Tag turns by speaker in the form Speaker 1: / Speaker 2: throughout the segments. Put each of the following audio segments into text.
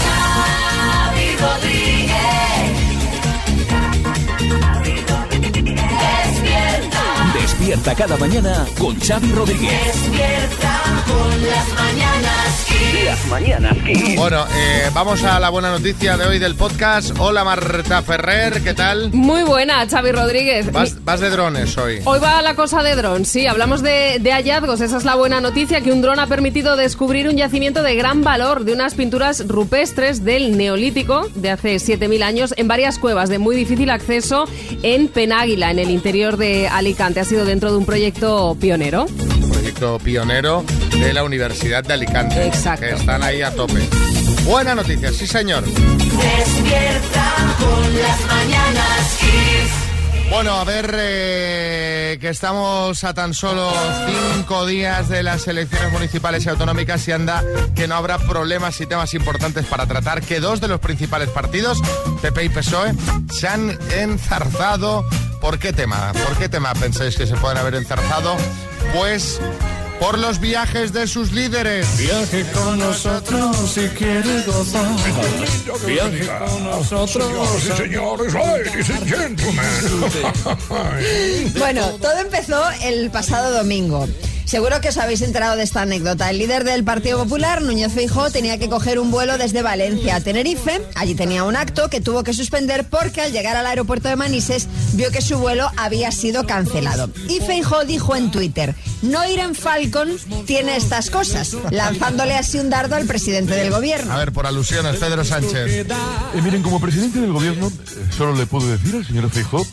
Speaker 1: Xavi Rodríguez. Despierta,
Speaker 2: Despierta cada mañana con Xavi Rodríguez.
Speaker 1: despierta con las mañanas Kiss.
Speaker 3: Bueno, eh, vamos a la buena noticia de hoy del podcast. Hola Marta Ferrer, ¿qué tal?
Speaker 4: Muy buena, Xavi Rodríguez. Mi-
Speaker 3: Vas, vas de drones hoy.
Speaker 4: Hoy va la cosa de drones, sí, hablamos de, de hallazgos, esa es la buena noticia, que un dron ha permitido descubrir un yacimiento de gran valor de unas pinturas rupestres del Neolítico de hace 7.000 años en varias cuevas de muy difícil acceso en Penáguila, en el interior de Alicante. Ha sido dentro de un proyecto pionero.
Speaker 3: Un proyecto pionero de la Universidad de Alicante.
Speaker 4: Exacto.
Speaker 3: Que están ahí a tope. Buena noticia, sí señor.
Speaker 1: Despierta con las mañanas Kiss.
Speaker 3: Bueno, a ver, eh, que estamos a tan solo cinco días de las elecciones municipales y autonómicas y anda que no habrá problemas y temas importantes para tratar, que dos de los principales partidos, PP y PSOE, E, se han enzarzado. ¿Por qué tema? ¿Por qué tema pensáis que se pueden haber enzarzado? Pues por los viajes de sus líderes.
Speaker 5: Viaje con nosotros si quieres gozar. Viaje con nosotros.
Speaker 6: Señoras y señores, ladies and gentlemen.
Speaker 7: Bueno, todo empezó el pasado domingo. Seguro que os habéis enterado de esta anécdota. El líder del Partido Popular, Núñez Feijóo, tenía que coger un vuelo desde Valencia a Tenerife. Allí tenía un acto que tuvo que suspender porque al llegar al aeropuerto de Manises vio que su vuelo había sido cancelado. Y Feijóo dijo en Twitter, no ir en Falcon tiene estas cosas, lanzándole así un dardo al presidente del gobierno.
Speaker 3: A ver, por alusiones, Pedro Sánchez.
Speaker 8: Eh, miren, como presidente del gobierno, eh, solo le puedo decir al señor Feijó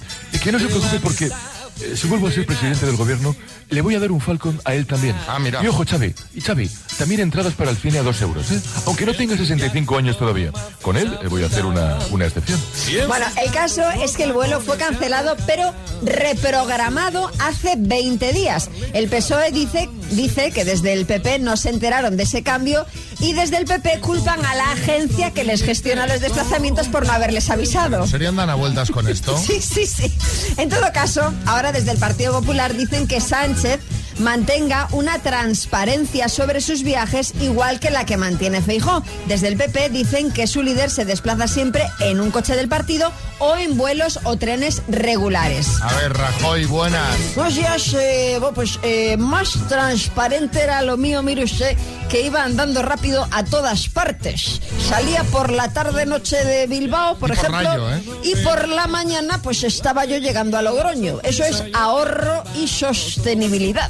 Speaker 8: que no se preocupe porque eh, si vuelvo a ser presidente del gobierno, le voy a dar un Falcon a él también.
Speaker 3: Ah, mira.
Speaker 8: Y ojo, Xavi, y Xavi, también entradas para el cine a dos euros, ¿eh? Aunque no tenga 65 años todavía. Con él eh, voy a hacer una, una excepción.
Speaker 7: Bueno, el caso es que el vuelo fue cancelado, pero reprogramado hace 20 días. El PSOE E dice, dice que desde el PP no se enteraron de ese cambio y desde el PP culpan a la agencia que les gestiona los desplazamientos por no haberles avisado.
Speaker 3: ¿En serio andan a vueltas con esto?
Speaker 7: Sí, sí, sí. En todo caso, ahora desde el Partido Popular dicen que Sánchez mantenga una transparencia sobre sus viajes igual que la que mantiene Feijó. Desde el PP dicen que su líder se desplaza siempre en un coche del partido o en vuelos o trenes regulares.
Speaker 3: A ver, Rajoy, buenas.
Speaker 7: Buenos días, eh, bueno, pues eh, más transparente era lo mío, mire usted, que iba andando rápido a todas partes. Salía por la tarde-noche de Bilbao, por
Speaker 3: Y por
Speaker 7: ejemplo,
Speaker 3: Rayo, ¿eh?
Speaker 7: y por la mañana pues estaba yo llegando a Logroño. Eso es ahorro y sostenibilidad.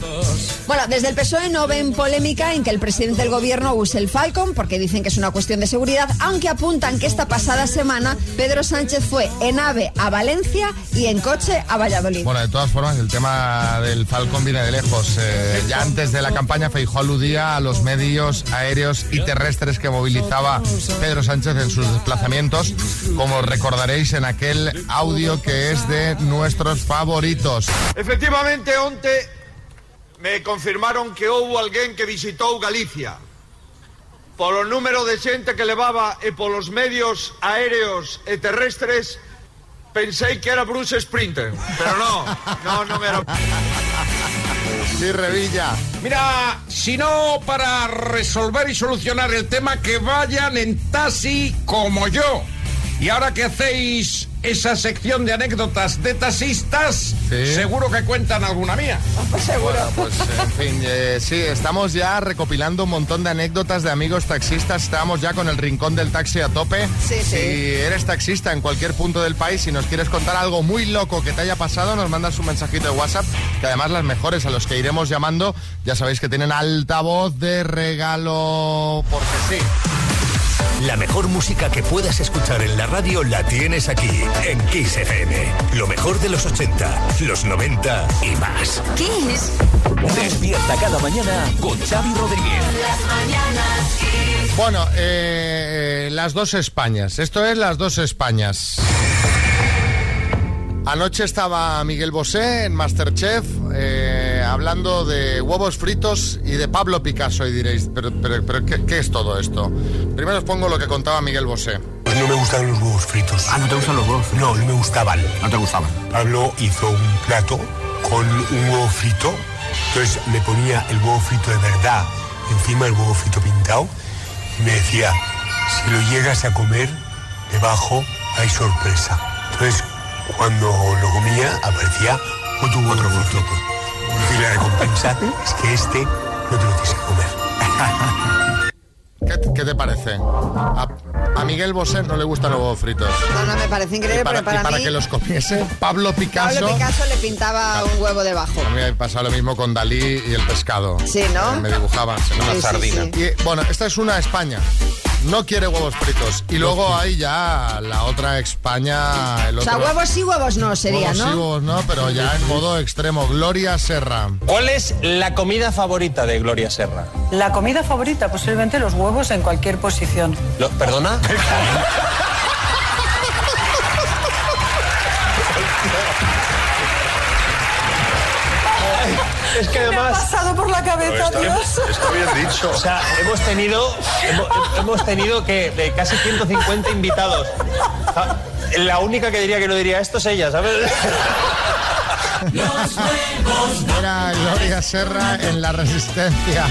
Speaker 7: Bueno, desde el PSOE E no ven polémica en que el presidente del gobierno use el Falcon porque dicen que es una cuestión de seguridad, aunque apuntan que esta pasada semana Pedro Sánchez fue en AVE a Valencia y en coche a Valladolid.
Speaker 3: Bueno, de todas formas, el tema del Falcón viene de lejos. Eh, ya antes de la campaña, Feijóo aludía a los medios aéreos y terrestres que movilizaba Pedro Sánchez en sus desplazamientos, como recordaréis en aquel audio que es de nuestros favoritos.
Speaker 9: Efectivamente, onte me confirmaron que hubo alguén que visitou Galicia. Polo número de xente que levaba e polos medios aéreos e terrestres, pensei que era Bruce Sprinter, pero non, non, non era.
Speaker 3: Sí, Revilla.
Speaker 6: Mira, si no para resolver y solucionar el tema, que vayan en taxi como yo. Y ahora que hacéis esa sección de anécdotas de taxistas,
Speaker 3: Sí.
Speaker 6: seguro que cuentan alguna mía.
Speaker 3: Bueno, pues en fin, eh, sí, estamos ya recopilando un montón de anécdotas de amigos taxistas. Estamos ya con el rincón del taxi a tope.
Speaker 7: Sí, sí.
Speaker 3: Si eres taxista en cualquier punto del país y nos quieres contar algo muy loco que te haya pasado, nos mandas un mensajito de WhatsApp, que además las mejores a los que iremos llamando, ya sabéis que tienen altavoz de regalo, porque sí.
Speaker 10: La mejor música que puedas escuchar en la radio la tienes aquí, en Kiss FM. Lo mejor de los 80, los 90 y más.
Speaker 1: Kiss.
Speaker 2: Despierta cada mañana con Xavi Rodríguez.
Speaker 1: Las mañanas Kiss.
Speaker 3: Bueno, eh, las dos Españas. Esto es las dos Españas. Anoche estaba Miguel Bosé en Masterchef eh, hablando de huevos fritos y de Pablo Picasso y diréis, pero, pero- pero ¿qué, qué es todo esto? Primero os pongo lo que contaba Miguel Bosé.
Speaker 11: Pues
Speaker 10: No me gustan los huevos fritos. Ah, ¿no te gustan los huevos No, no me gustaban.
Speaker 8: ¿No te gustaban?
Speaker 10: Pablo hizo un plato con un huevo frito. Entonces le ponía el huevo frito de verdad encima del huevo frito pintado
Speaker 11: y me decía, si lo llegas a comer, debajo hay sorpresa. Entonces, cuando lo comía, aparecía otro, otro fruto. Y la recompensa es que este no te lo tienes que comer.
Speaker 3: ¿Qué, qué te parece? A, a Miguel Bosé no le gustan los huevos fritos.
Speaker 7: No, no, me parece increíble,
Speaker 3: Y para,
Speaker 7: pero para,
Speaker 3: y para
Speaker 7: mí...
Speaker 3: que los comiese Pablo Picasso.
Speaker 7: Pablo Picasso le pintaba un huevo debajo.
Speaker 3: A mí me pasa lo mismo con Dalí y el pescado.
Speaker 7: Sí, ¿no?
Speaker 3: Eh, Me dibujaban
Speaker 6: Una Sí, sí, sardina. sí.
Speaker 3: Y, eh, bueno, esta es una España. No quiere huevos fritos. Y luego hay ya la otra España. El
Speaker 7: O
Speaker 3: otro,
Speaker 7: sea, huevos sí, huevos no sería,
Speaker 3: Huevos sí,
Speaker 7: ¿no?
Speaker 3: huevos no, pero ya en modo extremo. Gloria Serra.
Speaker 12: ¿Cuál es la comida favorita de Gloria Serra?
Speaker 13: La comida favorita, posiblemente los huevos en cualquier posición.
Speaker 12: Lo- ¿Perdona? Es que
Speaker 13: Me ha pasado por la cabeza, Dios.
Speaker 12: dicho. O sea, hemos tenido, hemo- hemos, tenido que de casi 150 invitados. Ah, La única que diría que no diría esto es ella, ¿sabes?
Speaker 3: Era Gloria Serra en La Resistencia.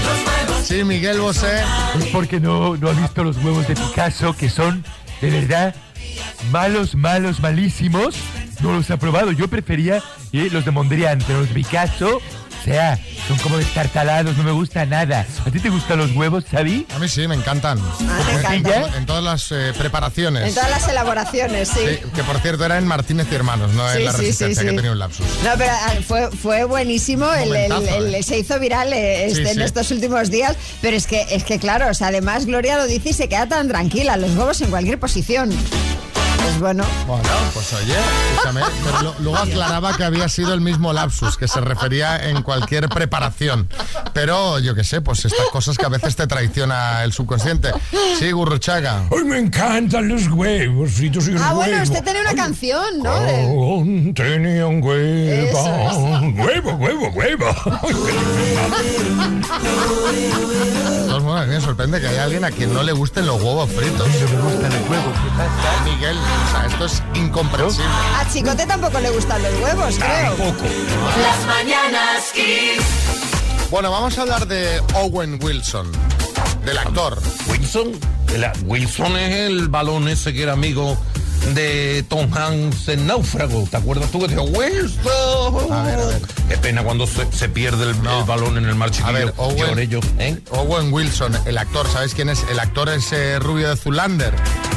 Speaker 3: Sí, Miguel Bosé.
Speaker 10: Es porque no, no ha visto los huevos de Picasso, que son, de verdad, malos, malos, malísimos. No los ha probado. Yo prefería eh, los de Mondrian, pero los de Picasso, o sea, son como destartalados, no me gusta nada. ¿A ti te gustan los huevos, Xavi?
Speaker 3: A mí sí, me encantan. En todas las eh, preparaciones.
Speaker 7: Ah, En todas las elaboraciones, sí.
Speaker 3: Sí, que por cierto era en Martínez y Hermanos, no en
Speaker 7: Sí,
Speaker 3: La
Speaker 7: sí, sí,
Speaker 3: Resistencia,
Speaker 7: sí.
Speaker 3: que tenía un lapsus.
Speaker 7: No, pero ah, fue, fue buenísimo, el- el-
Speaker 3: Momentazo,
Speaker 7: el- se hizo viral eh,
Speaker 3: Sí,
Speaker 7: este, en
Speaker 3: sí.
Speaker 7: estos últimos días, pero es que, es que claro, o sea, además Gloria lo dice y se queda tan tranquila, los huevos en cualquier posición. Pues bueno.
Speaker 3: Bueno, pues oye, escúchame, pero lo- luego aclaraba que había sido el mismo lapsus, que se refería en cualquier preparación. Pero yo qué sé, pues estas cosas que a veces te traiciona el subconsciente. Sí, Gurruchaga.
Speaker 14: Hoy me encantan los huevos fritos y los
Speaker 7: Ah, bueno,
Speaker 14: huevos.
Speaker 7: usted tenía una canción, ¿no? De-
Speaker 14: Con- tenía un huevo. Huevo, huevo, huevo.
Speaker 3: Todos modos, a mí me sorprende que haya alguien a quien no le gusten los huevos fritos. No me gustan los huevos. Miguel, o sea, esto es incomprensible.
Speaker 7: A Chicote tampoco le gustan los huevos, creo.
Speaker 1: Las mañanas Kiss.
Speaker 3: Bueno, vamos a hablar de Owen Wilson, del actor.
Speaker 6: Wilson, el a- Wilson es el balón ese que era amigo de Tom Hanks en Náufrago. ¿Te acuerdas tú que dijo Wilson? Qué pena cuando se, se pierde el, el balón en el mar chiquillo.
Speaker 3: A ver, Owen,
Speaker 6: Lloré yo. ¿eh?
Speaker 3: Owen Wilson, el actor, ¿sabéis quién es? El actor es eh, rubio de Zulander,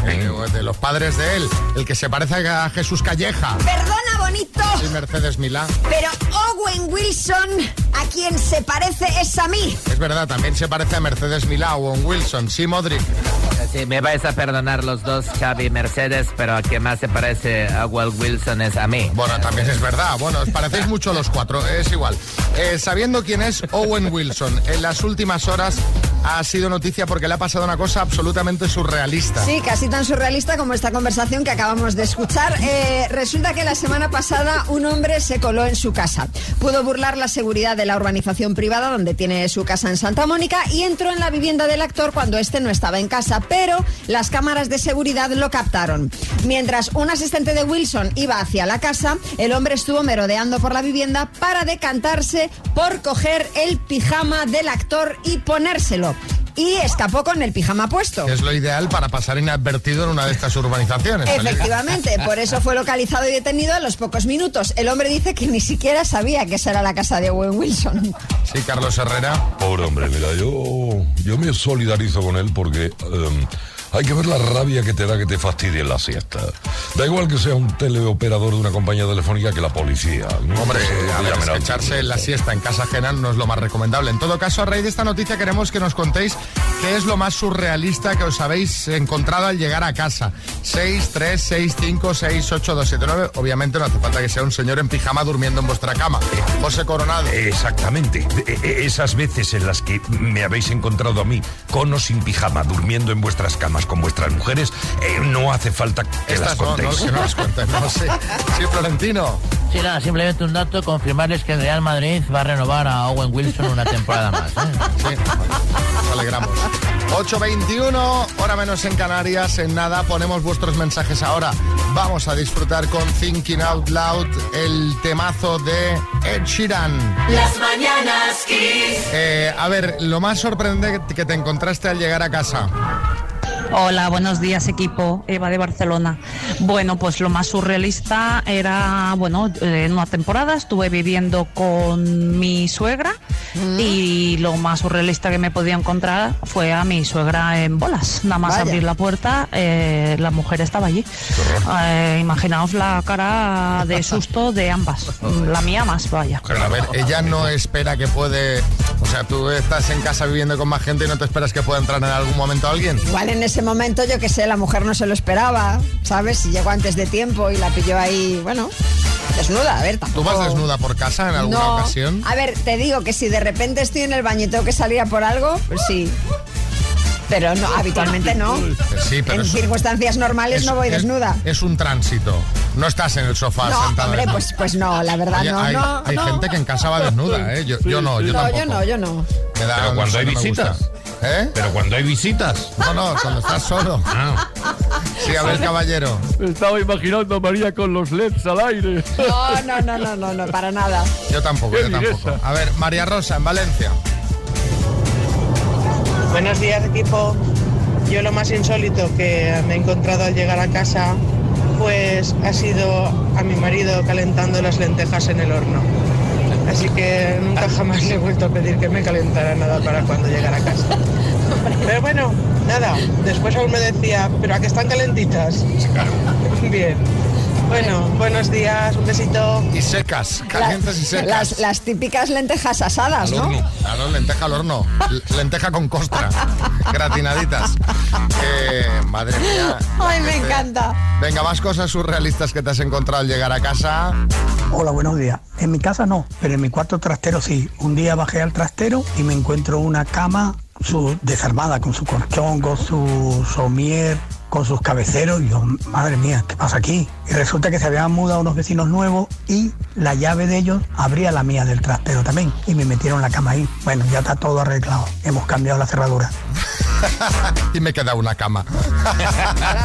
Speaker 3: Eh, de los padres de él, el que se parece a Jesús Calleja
Speaker 7: Perdona, bonito.
Speaker 3: y Mercedes Milá.
Speaker 7: Pero Owen Wilson, a quien se parece es a mí.
Speaker 3: Es verdad, también se parece a Mercedes Milá, Owen Wilson, sí, Modric.
Speaker 15: Sí, me vais a perdonar los dos, Xavi y Mercedes, pero a quien más se parece a Walt Wilson es a mí.
Speaker 3: Bueno, también es verdad. Bueno, os parecéis mucho los cuatro, es igual. Eh, sabiendo quién es Owen Wilson, en las últimas horas ha sido noticia porque le ha pasado una cosa absolutamente surrealista.
Speaker 7: Sí, casi tan surrealista como esta conversación que acabamos de escuchar. Eh, resulta que la semana pasada un hombre se coló en su casa. Pudo burlar la seguridad de la urbanización privada donde tiene su casa en Santa Mónica y entró en la vivienda del actor cuando este no estaba en casa, pero las cámaras de seguridad lo captaron. Mientras un asistente de Wilson iba hacia la casa, el hombre estuvo merodeando por la vivienda para decantarse por coger el pijama del actor y ponérselo. Y escapó con el pijama puesto.
Speaker 3: que es lo ideal para pasar inadvertido en una de estas urbanizaciones. Felipe.
Speaker 7: Efectivamente, por eso fue localizado y detenido a los pocos minutos. El hombre dice que ni siquiera sabía que esa era la casa de Owen Wilson.
Speaker 3: Sí, Carlos Herrera.
Speaker 9: Pobre hombre, mira, yo, yo me solidarizo con él porque em, hay que ver la rabia que te da que te fastidien la siesta. Da igual que sea un teleoperador de una compañía telefónica que la policía.
Speaker 3: Hombre,
Speaker 9: Eso,
Speaker 3: a ver,
Speaker 9: llámela.
Speaker 3: es que echarse la siesta en casa ajena no es lo más recomendable. En todo caso, a raíz de esta noticia queremos que nos contéis qué es lo más surrealista que os habéis encontrado al llegar a casa. 6, 3, 6, 5, 6, 8, 2, 7, 9. Obviamente no hace falta que sea un señor en pijama durmiendo en vuestra cama. José Coronado.
Speaker 9: Exactamente. E- e- Esas veces en las que me habéis encontrado a mí, con o sin pijama, durmiendo en vuestras camas, problemas con vuestras mujeres, eh, no hace falta que las
Speaker 3: Estas no, no,
Speaker 9: contéis.
Speaker 3: que no las cuentes, no sé. Sí, Florentino.
Speaker 10: Sí, nada, simplemente un dato, confirmarles que el Real Madrid va a renovar a Owen Wilson una temporada más.
Speaker 3: Sí, nos alegramos. 8.21, hora menos en Canarias, en nada, ponemos vuestros mensajes ahora. Vamos a disfrutar con Thinking Out Loud el temazo de Ed Sheeran.
Speaker 1: Las mañanas Kiss.
Speaker 3: Eh, a ver, lo más sorprendente que te encontraste al llegar a casa.
Speaker 16: Hola, buenos días equipo, Eva de Barcelona. Bueno, pues lo más surrealista era, bueno, eh, en una temporada estuve viviendo con mi suegra y lo más surrealista que me podía encontrar fue a mi suegra en bolas. Nada más
Speaker 17: Vaya.
Speaker 16: abrir la puerta, eh, la mujer estaba allí. Eh, imaginaos la cara de susto de ambas, la mía más, vaya.
Speaker 3: Pero a ver, ella no espera que puede... O sea, tú estás en casa viviendo con más gente y no te esperas que pueda entrar en algún momento alguien.
Speaker 7: Igual en ese momento, yo que sé, la mujer no se lo esperaba, ¿sabes? Y llegó antes de tiempo y la pilló ahí, bueno, desnuda, a ver,
Speaker 3: ¿Tú
Speaker 7: tampoco...
Speaker 3: vas desnuda por casa en alguna
Speaker 7: No.
Speaker 3: ocasión?
Speaker 7: A ver, te digo que si de repente estoy en el baño y tengo que salir a por algo, pues sí. Pero no, habitualmente no.
Speaker 3: Pues Sí, pero
Speaker 7: en
Speaker 3: es-
Speaker 7: circunstancias normales
Speaker 3: es-
Speaker 7: no voy
Speaker 3: es-
Speaker 7: desnuda.
Speaker 3: Es un tránsito. No estás en el sofá
Speaker 7: No,
Speaker 3: sentada.
Speaker 7: hombre, pues, pues no, la verdad,
Speaker 3: Oye,
Speaker 7: no,
Speaker 3: hay,
Speaker 7: no,
Speaker 3: hay
Speaker 7: no.
Speaker 3: gente que en casa va desnuda, ¿eh? Yo, yo no, yo
Speaker 7: no,
Speaker 3: tampoco.
Speaker 7: yo no, yo no.
Speaker 3: Me da-
Speaker 9: Pero cuando
Speaker 3: no
Speaker 9: hay
Speaker 3: me gusta.
Speaker 9: visitas.
Speaker 3: ¿Eh?
Speaker 9: Pero cuando hay visitas.
Speaker 3: No, no, cuando estás solo.
Speaker 9: Ah.
Speaker 3: Sí, a ver, caballero.
Speaker 8: Estaba imaginando a María con los LEDs al aire.
Speaker 7: No, no, no, no, no, no, para nada.
Speaker 3: Yo tampoco,
Speaker 8: Qué
Speaker 3: yo tampoco. A ver, María Rosa, en Valencia.
Speaker 4: Buenos días equipo. Yo lo más insólito que me he encontrado al llegar a casa pues ha sido a mi marido calentando las lentejas en el horno. Así que nunca
Speaker 3: Ah.
Speaker 4: jamás le he vuelto a pedir que me calentara nada para cuando llegara a casa. Pero bueno, nada, después aún me decía, pero a que están calentitas. Bien. Bueno, buenos días, un besito.
Speaker 3: Y secas, calientes y secas.
Speaker 7: Las, las típicas lentejas asadas,
Speaker 3: Al
Speaker 7: ¿no?
Speaker 3: horno. Claro, lenteja al horno. L- Lenteja con costra. Gratinaditas. Eh, madre mía.
Speaker 7: Ay, me encanta.
Speaker 3: Venga, más cosas surrealistas que te has encontrado al llegar a casa.
Speaker 18: Hola, buenos días. En mi casa no, pero en mi cuarto trastero sí. Un día bajé al trastero y me encuentro una cama su- desarmada con su colchón, con su somier, con sus cabeceros. Y yo, madre mía, ¿qué pasa aquí? Y resulta que se habían mudado unos vecinos nuevos y la llave de ellos abría la mía del trastero también. Y me metieron la cama ahí. Bueno, ya está todo arreglado. Hemos cambiado la cerradura.
Speaker 3: y me queda una cama.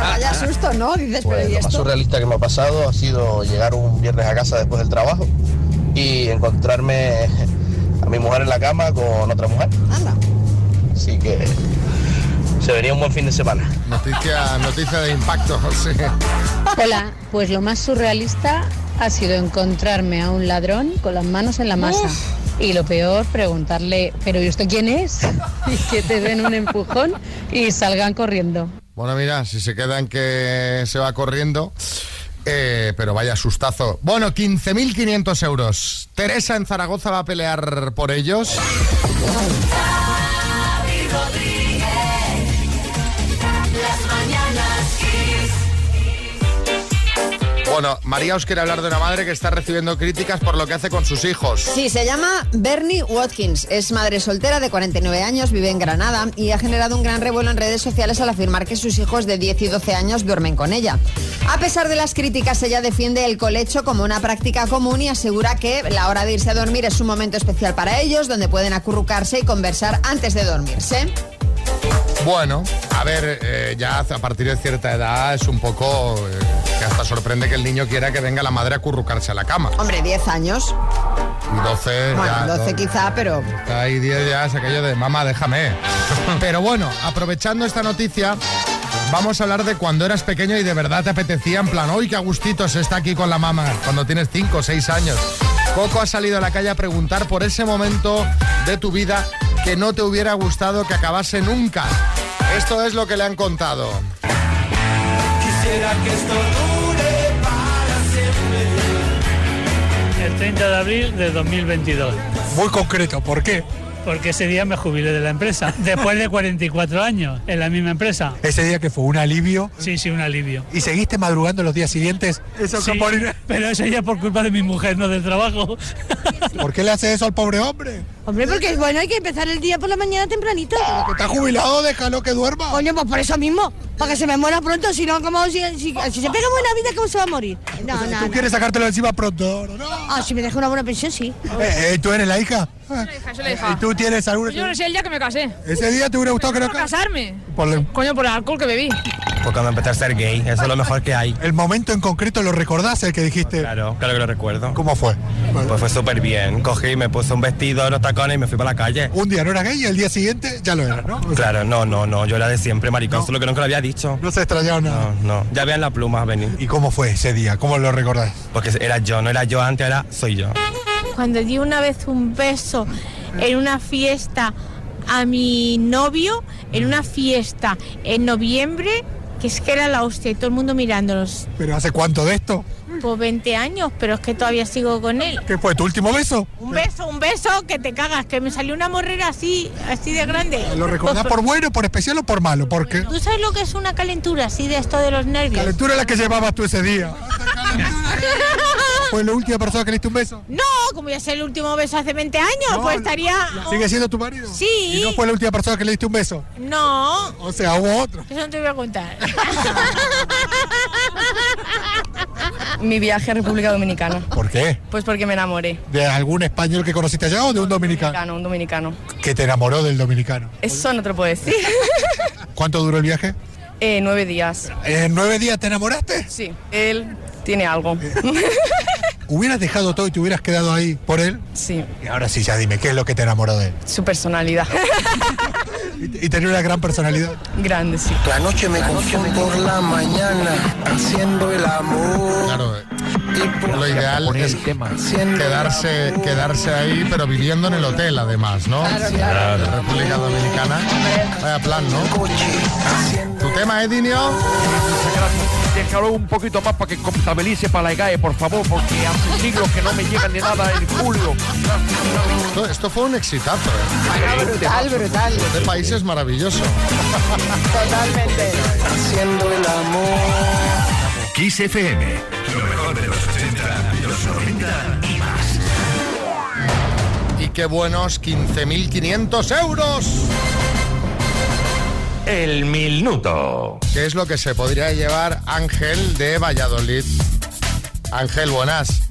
Speaker 7: Vaya susto, ¿no? Dices, pero ¿y
Speaker 19: Lo más
Speaker 7: esto?
Speaker 19: surrealista que me ha pasado ha sido llegar un viernes a casa después del trabajo y encontrarme a mi mujer en la cama con otra mujer. Así que se venía un buen fin de semana.
Speaker 3: Noticia, noticia de impacto, sí.
Speaker 20: Hola, pues lo más surrealista ha sido encontrarme a un ladrón con las manos en la masa. Y lo peor, preguntarle, ¿pero y usted quién es? Y que te den un empujón y salgan corriendo.
Speaker 3: Bueno, mira, si se quedan que se va corriendo. eh, pero vaya sustazo. Bueno, 15.500 euros. Teresa en Zaragoza va a pelear por ellos.
Speaker 1: Javi Rodríguez. Las mañanas Kiss.
Speaker 3: Bueno, María os quiere hablar de una madre que está recibiendo críticas por lo que hace con sus hijos.
Speaker 7: Sí, se llama Bernie Watkins. Es madre soltera de 49 años, vive en Granada y ha generado un gran revuelo en redes sociales al afirmar que sus hijos de 10 y 12 años duermen con ella. A pesar de las críticas, ella defiende el colecho como una práctica común y asegura que la hora de irse a dormir es un momento especial para ellos, donde pueden acurrucarse y conversar antes de dormirse.
Speaker 3: Bueno, a ver, eh, ya a partir de cierta edad es un poco eh, que hasta sorprende que el niño quiera que venga la madre a currucarse a la cama.
Speaker 7: Hombre, 10 años.
Speaker 3: Y 12 ya.
Speaker 7: Bueno, 12
Speaker 3: do-
Speaker 7: quizá, pero...
Speaker 3: Ahí 10 ya se aquello de mamá, déjame. Pero bueno, aprovechando esta noticia, vamos a hablar de cuando eras pequeño y de verdad te apetecía, en plan, hoy qué a gustito se está aquí con la mamá, cuando tienes 5 o 6 años. Coco ha salido a la calle a preguntar por ese momento de tu vida que no te hubiera gustado que acabase nunca. Esto es lo que le han contado.
Speaker 1: Quisiera que esto dure para
Speaker 21: El 30 de abril de 2022. Muy concreto, ¿por qué? Porque ese día me jubilé de la empresa, después de 44 años en la misma empresa.
Speaker 18: Ese día que fue un alivio.
Speaker 21: Sí, sí, un alivio.
Speaker 18: ¿Y seguiste madrugando los días siguientes?
Speaker 21: Sí, pero eso ya por culpa de mi mujer, no del trabajo.
Speaker 18: ¿Por qué le hace eso al pobre hombre?
Speaker 2: Hombre, porque bueno, hay que empezar el día por la mañana tempranito.
Speaker 21: que Ah, está jubilado,
Speaker 2: déjalo que duerma. Coño, pues por eso mismo, para que se me muera pronto, si no, como si, si, si se pega buena vida, ¿cómo se va a morir? No, no,
Speaker 21: Tú
Speaker 2: no.
Speaker 21: quieres sacártelo encima pronto. ¿no?
Speaker 2: Ah, si me deja una buena pensión, sí.
Speaker 21: Eh, eh, ¿Tú eres la hija?
Speaker 2: Yo
Speaker 21: Eh, ¿Y tú tienes alguna...?
Speaker 2: Ah. Yo no
Speaker 22: sé el día que me casé.
Speaker 21: ¿Ese día te hubiera gustado que no
Speaker 22: Para casarme.
Speaker 21: Por-
Speaker 22: Coño, por el alcohol que bebí.
Speaker 8: Pues cuando empecé a ser gay, eso es lo mejor que hay.
Speaker 21: ¿El momento en concreto lo recordás, el que dijiste?
Speaker 8: Claro, claro que lo recuerdo.
Speaker 21: ¿Cómo fue?
Speaker 8: Pues fue súper bien. Cogí, me puse un vestido, unos tacones y me fui para la calle.
Speaker 21: Un día no era gay y el día siguiente ya lo era, ¿no?
Speaker 8: Claro, no, no, no, yo era de siempre, maricón, solo que nunca lo había dicho.
Speaker 21: No se extrañaba nada.
Speaker 8: No, no, ya vean la pluma venir.
Speaker 21: ¿Y cómo fue ese día? ¿Cómo lo recordás?
Speaker 8: Porque era yo, no era yo antes, ahora soy yo.
Speaker 22: Cuando di una vez un beso en una fiesta a mi novio, en una fiesta en noviembre, que es que era la hostia y todo el mundo mirándonos.
Speaker 21: ¿Pero hace cuánto de esto?
Speaker 22: Por 20 años, pero es que todavía sigo con él.
Speaker 21: ¿Qué fue, tu último beso?
Speaker 22: Un beso, un beso que te cagas, que me salió una morrera así, así de grande.
Speaker 21: ¿Lo recordás por bueno, por especial o por malo? Porque
Speaker 22: ¿Tú sabes lo que es una calentura así de esto de los nervios?
Speaker 21: calentura es la que llevabas tú ese día. ¿Fue la última persona que le diste un beso?
Speaker 22: No, como ya es el último beso hace 20 años, pues estaría...
Speaker 21: ¿Sigue siendo tu marido?
Speaker 22: Sí.
Speaker 21: ¿Y no fue la última persona que le diste un beso?
Speaker 22: No.
Speaker 21: O sea, hubo otro.
Speaker 22: Eso no te voy a contar.
Speaker 23: Mi viaje a República Dominicana.
Speaker 21: ¿Por qué?
Speaker 23: Pues porque me enamoré.
Speaker 21: ¿De algún español que conociste allá o de un dominicano?
Speaker 23: Dominicano, un dominicano.
Speaker 21: Que te enamoró del dominicano.
Speaker 23: Eso no te lo puedo decir.
Speaker 21: ¿Cuánto duró el viaje?
Speaker 23: Eh, nueve días.
Speaker 21: ¿En nueve días te enamoraste?
Speaker 23: Sí. Él tiene algo.
Speaker 21: ¿Hubieras dejado todo y te hubieras quedado ahí por él?
Speaker 23: Sí.
Speaker 21: Y ahora sí, ya dime, ¿qué es lo que te enamoró de él?
Speaker 23: Su personalidad.
Speaker 21: Y, y tener una gran personalidad.
Speaker 23: Grande, sí. La noche me consume por la mañana haciendo el amor.
Speaker 3: Claro, eh, lo ideal es quedarse, quedarse ahí, pero viviendo en el hotel además, ¿no?
Speaker 23: Claro,
Speaker 3: claro. La República Dominicana. Vaya plan, ¿no? ¿Tu tema, eh, Edinio?
Speaker 4: Déjalo un poquito más para que contabilice para la EGAE, por favor, porque hace siglos que no me llegan ni nada el julio.
Speaker 3: Esto, esto fue un exitazo, ¿eh?
Speaker 23: Brutal, brutal.
Speaker 3: Este país es maravilloso.
Speaker 23: Totalmente.
Speaker 3: Haciendo el amor.
Speaker 24: Kiss FM. Lo mejor de los 80, los 90 y más.
Speaker 3: Y qué buenos 15.500 euros.
Speaker 4: El minuto.
Speaker 3: ¿Qué es lo que se podría llevar Ángel de Valladolid? Ángel, buenas.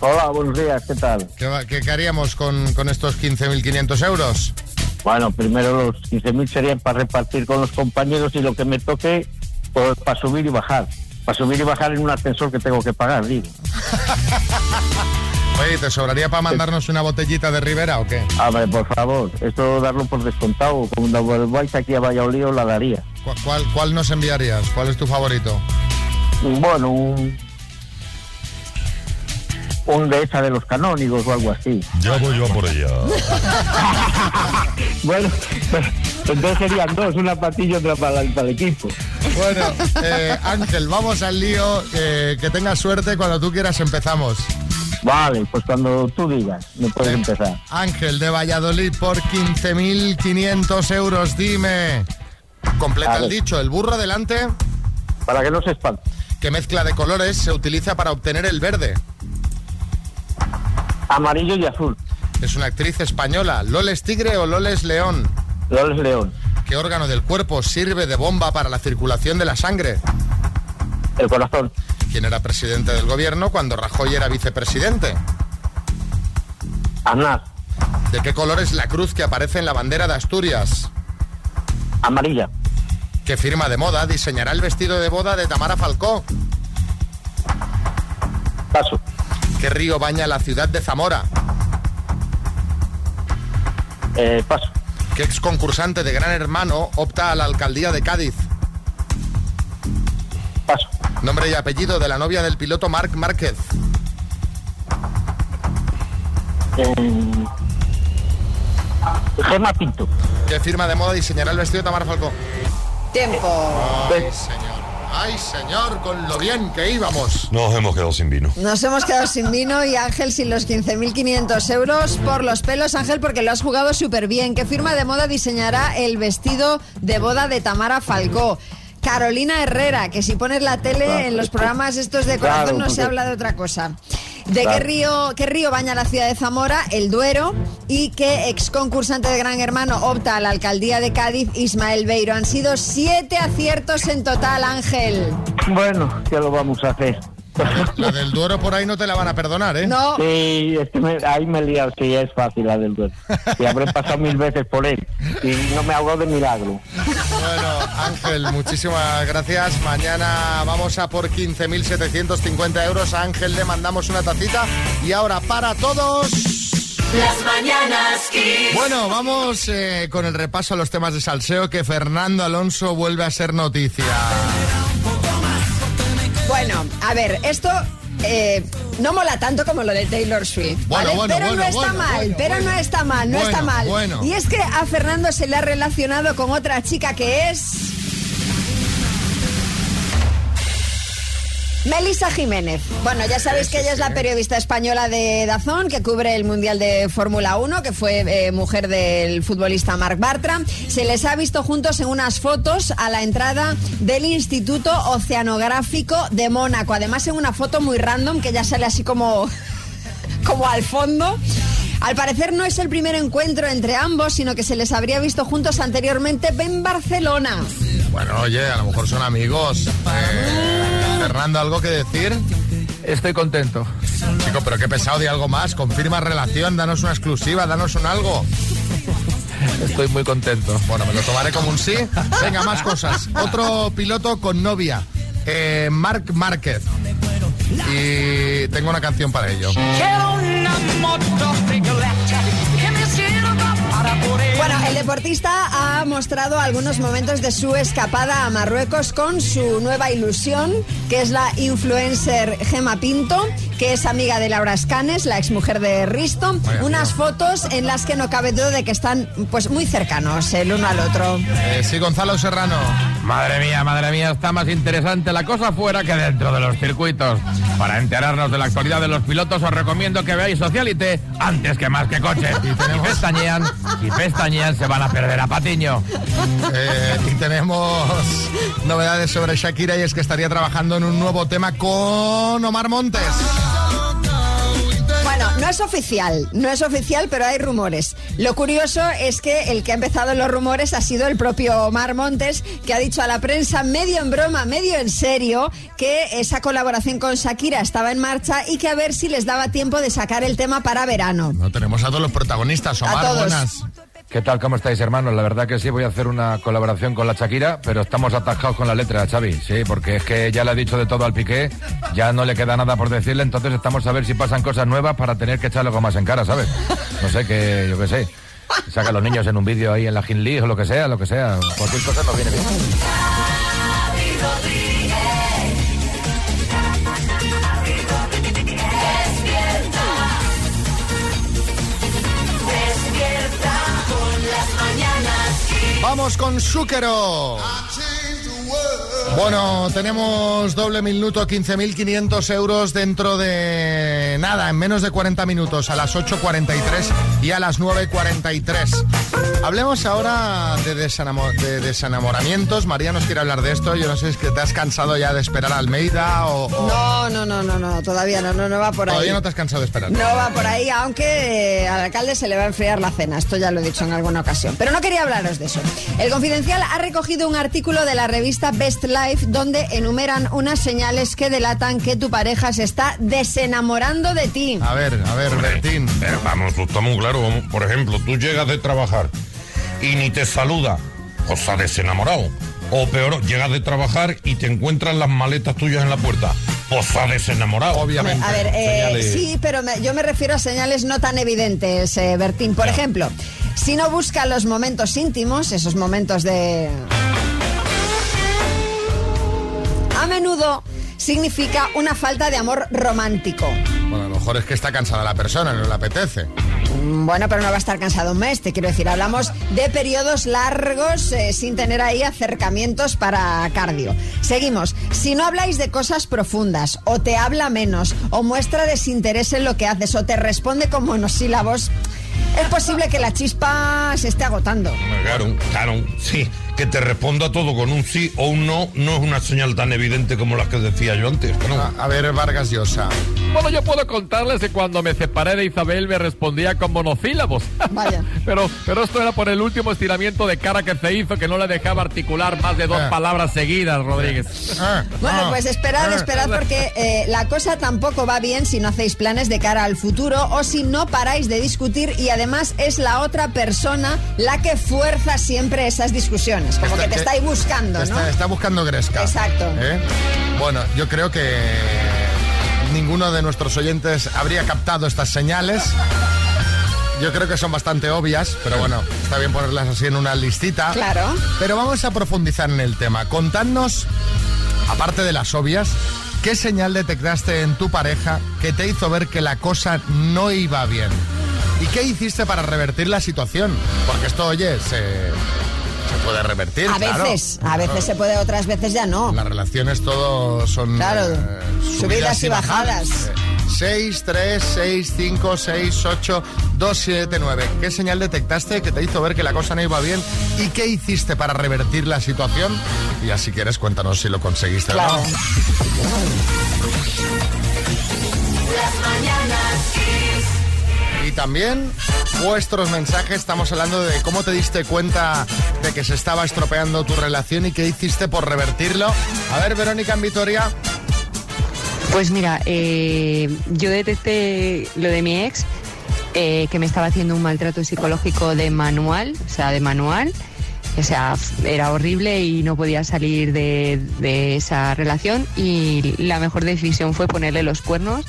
Speaker 19: Hola, buenos días, ¿qué tal?
Speaker 3: ¿Qué, va- qué- qué haríamos con, con estos 15.500 euros?
Speaker 19: Bueno, primero los 15.000 serían para repartir con los compañeros y lo que me toque, pues para subir y bajar. Para subir y bajar en un ascensor que tengo que pagar, digo.
Speaker 3: Oye, ¿te sobraría para mandarnos una botellita de Rivera o qué?
Speaker 19: A ver, por favor, esto darlo por descontado. Cuando volváis aquí a Valladolid os la daría.
Speaker 3: ¿Cu- ¿Cuál, cuál nos enviarías? ¿Cuál es tu favorito?
Speaker 19: Bueno, un... Un de esa de los canónigos o algo así.
Speaker 9: Ya voy yo a por ella.
Speaker 19: Bueno, entonces serían dos, una para ti y otra para el- para el equipo.
Speaker 3: Bueno, eh, Ángel, vamos al lío. eh, que tengas suerte. Cuando tú quieras empezamos.
Speaker 19: Vale, pues cuando tú digas, me puedes empezar.
Speaker 3: Ángel de Valladolid por 15.500 euros. Dime. Completa
Speaker 19: A
Speaker 3: el
Speaker 19: ver.
Speaker 3: dicho. El burro delante.
Speaker 19: Para que no se espante.
Speaker 3: ¿Qué mezcla de colores se utiliza para obtener el verde?
Speaker 19: Amarillo y azul.
Speaker 3: Es una actriz española. ¿Loles Tigre o Loles León?
Speaker 19: Loles León.
Speaker 3: ¿Qué órgano del cuerpo sirve de bomba para la circulación de la sangre?
Speaker 19: El corazón.
Speaker 3: ¿Quién era presidente del gobierno cuando Rajoy era vicepresidente?
Speaker 19: Aznar.
Speaker 3: ¿De qué color es la cruz que aparece en la bandera de Asturias?
Speaker 19: Amarilla.
Speaker 3: ¿Qué firma de moda diseñará el vestido de boda de Tamara Falcó?
Speaker 19: Paso.
Speaker 3: ¿Qué río baña la ciudad de Zamora?
Speaker 19: Eh, paso.
Speaker 3: ¿Qué ex concursante de Gran Hermano opta a la alcaldía de Cádiz?
Speaker 19: Paso.
Speaker 3: Nombre y apellido de la novia del piloto Marc Márquez.
Speaker 19: Eh, Gema Pinto.
Speaker 3: ¿Qué firma de moda diseñará el vestido de Tamara Falcó?
Speaker 7: Tiempo.
Speaker 3: Ay, señor. Ay, señor, con lo bien que íbamos.
Speaker 9: Nos hemos quedado sin vino.
Speaker 7: Nos hemos quedado sin vino y Ángel sin los 15.500 euros por los pelos, Ángel, porque lo has jugado súper bien. ¿Qué firma de moda diseñará el vestido de boda de Tamara Falcó? Carolina Herrera, que si pones la tele en los programas estos de corazón
Speaker 19: Claro,
Speaker 7: no se
Speaker 19: porque-
Speaker 7: habla de otra cosa. ¿De qué,
Speaker 19: Claro.
Speaker 7: río, qué río baña la ciudad de Zamora? El Duero. ¿Y qué ex concursante de Gran Hermano opta a la alcaldía de Cádiz, Ismael Beiro? Han sido siete aciertos en total, Ángel.
Speaker 19: Bueno, ¿qué lo vamos a hacer?
Speaker 3: La del Duero por ahí no te la van a perdonar, ¿eh?
Speaker 7: No.
Speaker 19: Sí, es que me- ahí me he liado, que ya es fácil la del duelo. Y habré pasado mil veces por él. Y no me hago de milagro.
Speaker 3: Bueno, Ángel, muchísimas gracias. Mañana vamos a por 15.750 euros. A Ángel le mandamos una tacita. Y ahora, para todos...
Speaker 1: Las mañanas Kiss.
Speaker 3: Bueno, vamos eh, con el repaso a los temas de salseo, que Fernando Alonso vuelve a ser noticia.
Speaker 7: Bueno, a ver, esto eh, no mola tanto como lo de Taylor Swift. ¿vale?
Speaker 3: Bueno, bueno,
Speaker 7: pero
Speaker 3: bueno,
Speaker 7: no está
Speaker 3: bueno,
Speaker 7: mal,
Speaker 3: bueno,
Speaker 7: pero
Speaker 3: bueno.
Speaker 7: no está mal, no
Speaker 3: Bueno,
Speaker 7: está mal.
Speaker 3: bueno.
Speaker 7: Y es que a Fernando se le ha relacionado con otra chica que es. Melissa Jiménez. Bueno, ya sabéis que ella es la periodista española de Dazón, que cubre el Mundial de Fórmula 1, que fue eh, mujer del futbolista Marc Bartra. Se les ha visto juntos en unas fotos a la entrada del Instituto Oceanográfico de Mónaco. Además, en una foto muy random que ya sale así como como al fondo. Al parecer no es el primer encuentro entre ambos, sino que se les habría visto juntos anteriormente en Barcelona.
Speaker 3: Bueno, oye, a lo mejor son amigos. Eh, Fernando, ¿algo que decir? Estoy contento. Chico, pero qué pesado de algo más. Confirma relación, danos una exclusiva, danos un algo. Estoy muy contento. Bueno, me lo tomaré como un sí. Venga, más cosas. Otro piloto con novia, eh, Marc Márquez. Y tengo una canción para ello.
Speaker 1: Quiero una moto regolata que me sirva para poder.
Speaker 7: Bueno, el deportista ha mostrado algunos momentos de su escapada a Marruecos con su nueva ilusión, que es la influencer Gema Pinto, que es amiga de Laura Escanes, la exmujer de Risto.
Speaker 3: Vaya
Speaker 7: Unas fotos en las que no cabe duda de que están pues muy cercanos el uno al otro.
Speaker 3: Eh, sí, Gonzalo Serrano.
Speaker 25: Madre mía, madre mía, está más interesante la cosa fuera que dentro de los circuitos. Para enterarnos de la actualidad de los pilotos os recomiendo que veáis Socialite antes que más que coches. Y pestañean, y pestañean se van a perder a Patiño.
Speaker 3: Eh, y tenemos novedades sobre Shakira y es que estaría trabajando en un nuevo tema con Omar Montes.
Speaker 7: Bueno, no es oficial, no es oficial, pero hay rumores. Lo curioso es que el que ha empezado los rumores ha sido el propio Omar Montes, que ha dicho a la prensa, medio en broma, medio en serio, que esa colaboración con Shakira estaba en marcha y que a ver si les daba tiempo de sacar el tema para verano.
Speaker 3: No tenemos a todos los protagonistas,
Speaker 7: A
Speaker 3: Omar,
Speaker 7: todos.
Speaker 3: buenas.
Speaker 8: ¿Qué tal? ¿Cómo estáis, hermanos? La verdad que sí, voy a hacer una colaboración con la Shakira, pero estamos atascados con la letra, Xavi. Sí, porque es que ya le he dicho de todo al Piqué, ya no le queda nada por decirle, entonces estamos a ver si pasan cosas nuevas para tener que echarle algo más en cara, ¿sabes? No sé, que yo qué sé. Saca a los niños en un vídeo ahí en la Gin League o lo que sea, lo que sea. Cualquier cosa nos viene bien.
Speaker 1: Despierta. Despierta con las mañanas Kiss.
Speaker 3: Vamos con Zúquero. Bueno, tenemos doble minuto, 15.500 euros dentro de nada, en menos de 40 minutos, a las 8.43 y a las 9.43. Hablemos ahora de, desanamo- de desenamoramientos. María nos quiere hablar de esto. Yo no sé si es que te has cansado ya de esperar a Almeida o... o-
Speaker 7: No, no, no, no, no, todavía no, no, no va por ahí.
Speaker 3: Todavía no te has cansado de esperar.
Speaker 7: No va por ahí, aunque eh, al alcalde se le va a enfriar la cena. Esto ya lo he dicho en alguna ocasión. Pero no quería hablaros de eso. El Confidencial ha recogido un artículo de la revista Best Life donde enumeran unas señales que delatan que tu pareja se está desenamorando de ti.
Speaker 3: A ver, a ver, Bertín.
Speaker 9: Pero eh, vamos, está muy claro. vamos. Por ejemplo, tú llegas de trabajar y ni te saluda, o sea, desenamorado. O peor, llegas de trabajar y te encuentras las maletas tuyas en la puerta. O sea, desenamorado.
Speaker 7: A ver, eh,
Speaker 9: Señales.
Speaker 7: sí, pero me- yo me refiero a señales no tan evidentes, eh, Bertín. Por ejemplo, si no busca los momentos íntimos, esos momentos de... A menudo significa una falta de amor romántico.
Speaker 3: Bueno, a lo mejor es que está cansada la persona, no le apetece.
Speaker 7: Mm, Bueno, pero no va a estar cansado un mes, te quiero decir. Hablamos de periodos largos eh, sin tener ahí acercamientos para cardio. Seguimos. Si no habláis de cosas profundas, o te habla menos, o muestra desinterés en lo que haces, o te responde con monosílabos, es posible que la chispa se esté agotando.
Speaker 9: Claro, claro, sí. Que te responda todo con un sí o un no no es una señal tan evidente como las que decía yo antes.
Speaker 3: A, a ver, Vargas Llosa.
Speaker 8: Bueno, yo puedo contarles que cuando me separé de Isabel me respondía con monosílabos.
Speaker 7: Vaya.
Speaker 8: pero, pero esto era por el último estiramiento de cara que se hizo que no le dejaba articular más de dos
Speaker 3: Ah.
Speaker 8: palabras seguidas, Rodríguez.
Speaker 7: Bueno, pues esperad,
Speaker 3: Ah.
Speaker 7: esperad, porque eh, la cosa tampoco va bien si no hacéis planes de cara al futuro o si no paráis de discutir y además es la otra persona la que fuerza siempre esas discusiones, como que te estáis buscando, ¿no?
Speaker 3: Está, está buscando Gresca.
Speaker 7: Exacto.
Speaker 3: ¿Eh? Bueno, yo creo que ninguno de nuestros oyentes habría captado estas señales. Yo creo que son bastante obvias, pero bueno, está bien ponerlas así en una listita.
Speaker 7: Claro.
Speaker 3: Pero vamos a profundizar en el tema. Contadnos, aparte de las obvias, ¿qué señal detectaste en tu pareja que te hizo ver que la cosa no iba bien? ¿Y qué hiciste para revertir la situación? Porque esto, oye, se, se puede revertir.
Speaker 7: A
Speaker 3: claro.
Speaker 7: veces, a veces se puede, otras veces ya no.
Speaker 3: Las relaciones todo son
Speaker 7: Claro,
Speaker 3: eh,
Speaker 7: subidas y bajadas.
Speaker 3: 6, 3, 6, 5, 6, 8, 2, 7, 9. ¿Qué señal detectaste que te hizo ver que la cosa no iba bien? ¿Y qué hiciste para revertir la situación? Y así quieres, cuéntanos si lo conseguiste o
Speaker 1: Claro.
Speaker 3: no.
Speaker 1: Las mañanas Kiss.
Speaker 3: Y también vuestros mensajes, estamos hablando de cómo te diste cuenta de que se estaba estropeando tu relación y qué hiciste por revertirlo. A ver, Verónica en Vitoria.
Speaker 4: Pues mira, eh, yo detecté lo de mi ex, eh, que me estaba haciendo un maltrato psicológico de manual, o sea, de manual. O sea, f- era horrible y no podía salir de, de esa relación y la mejor decisión fue ponerle los cuernos.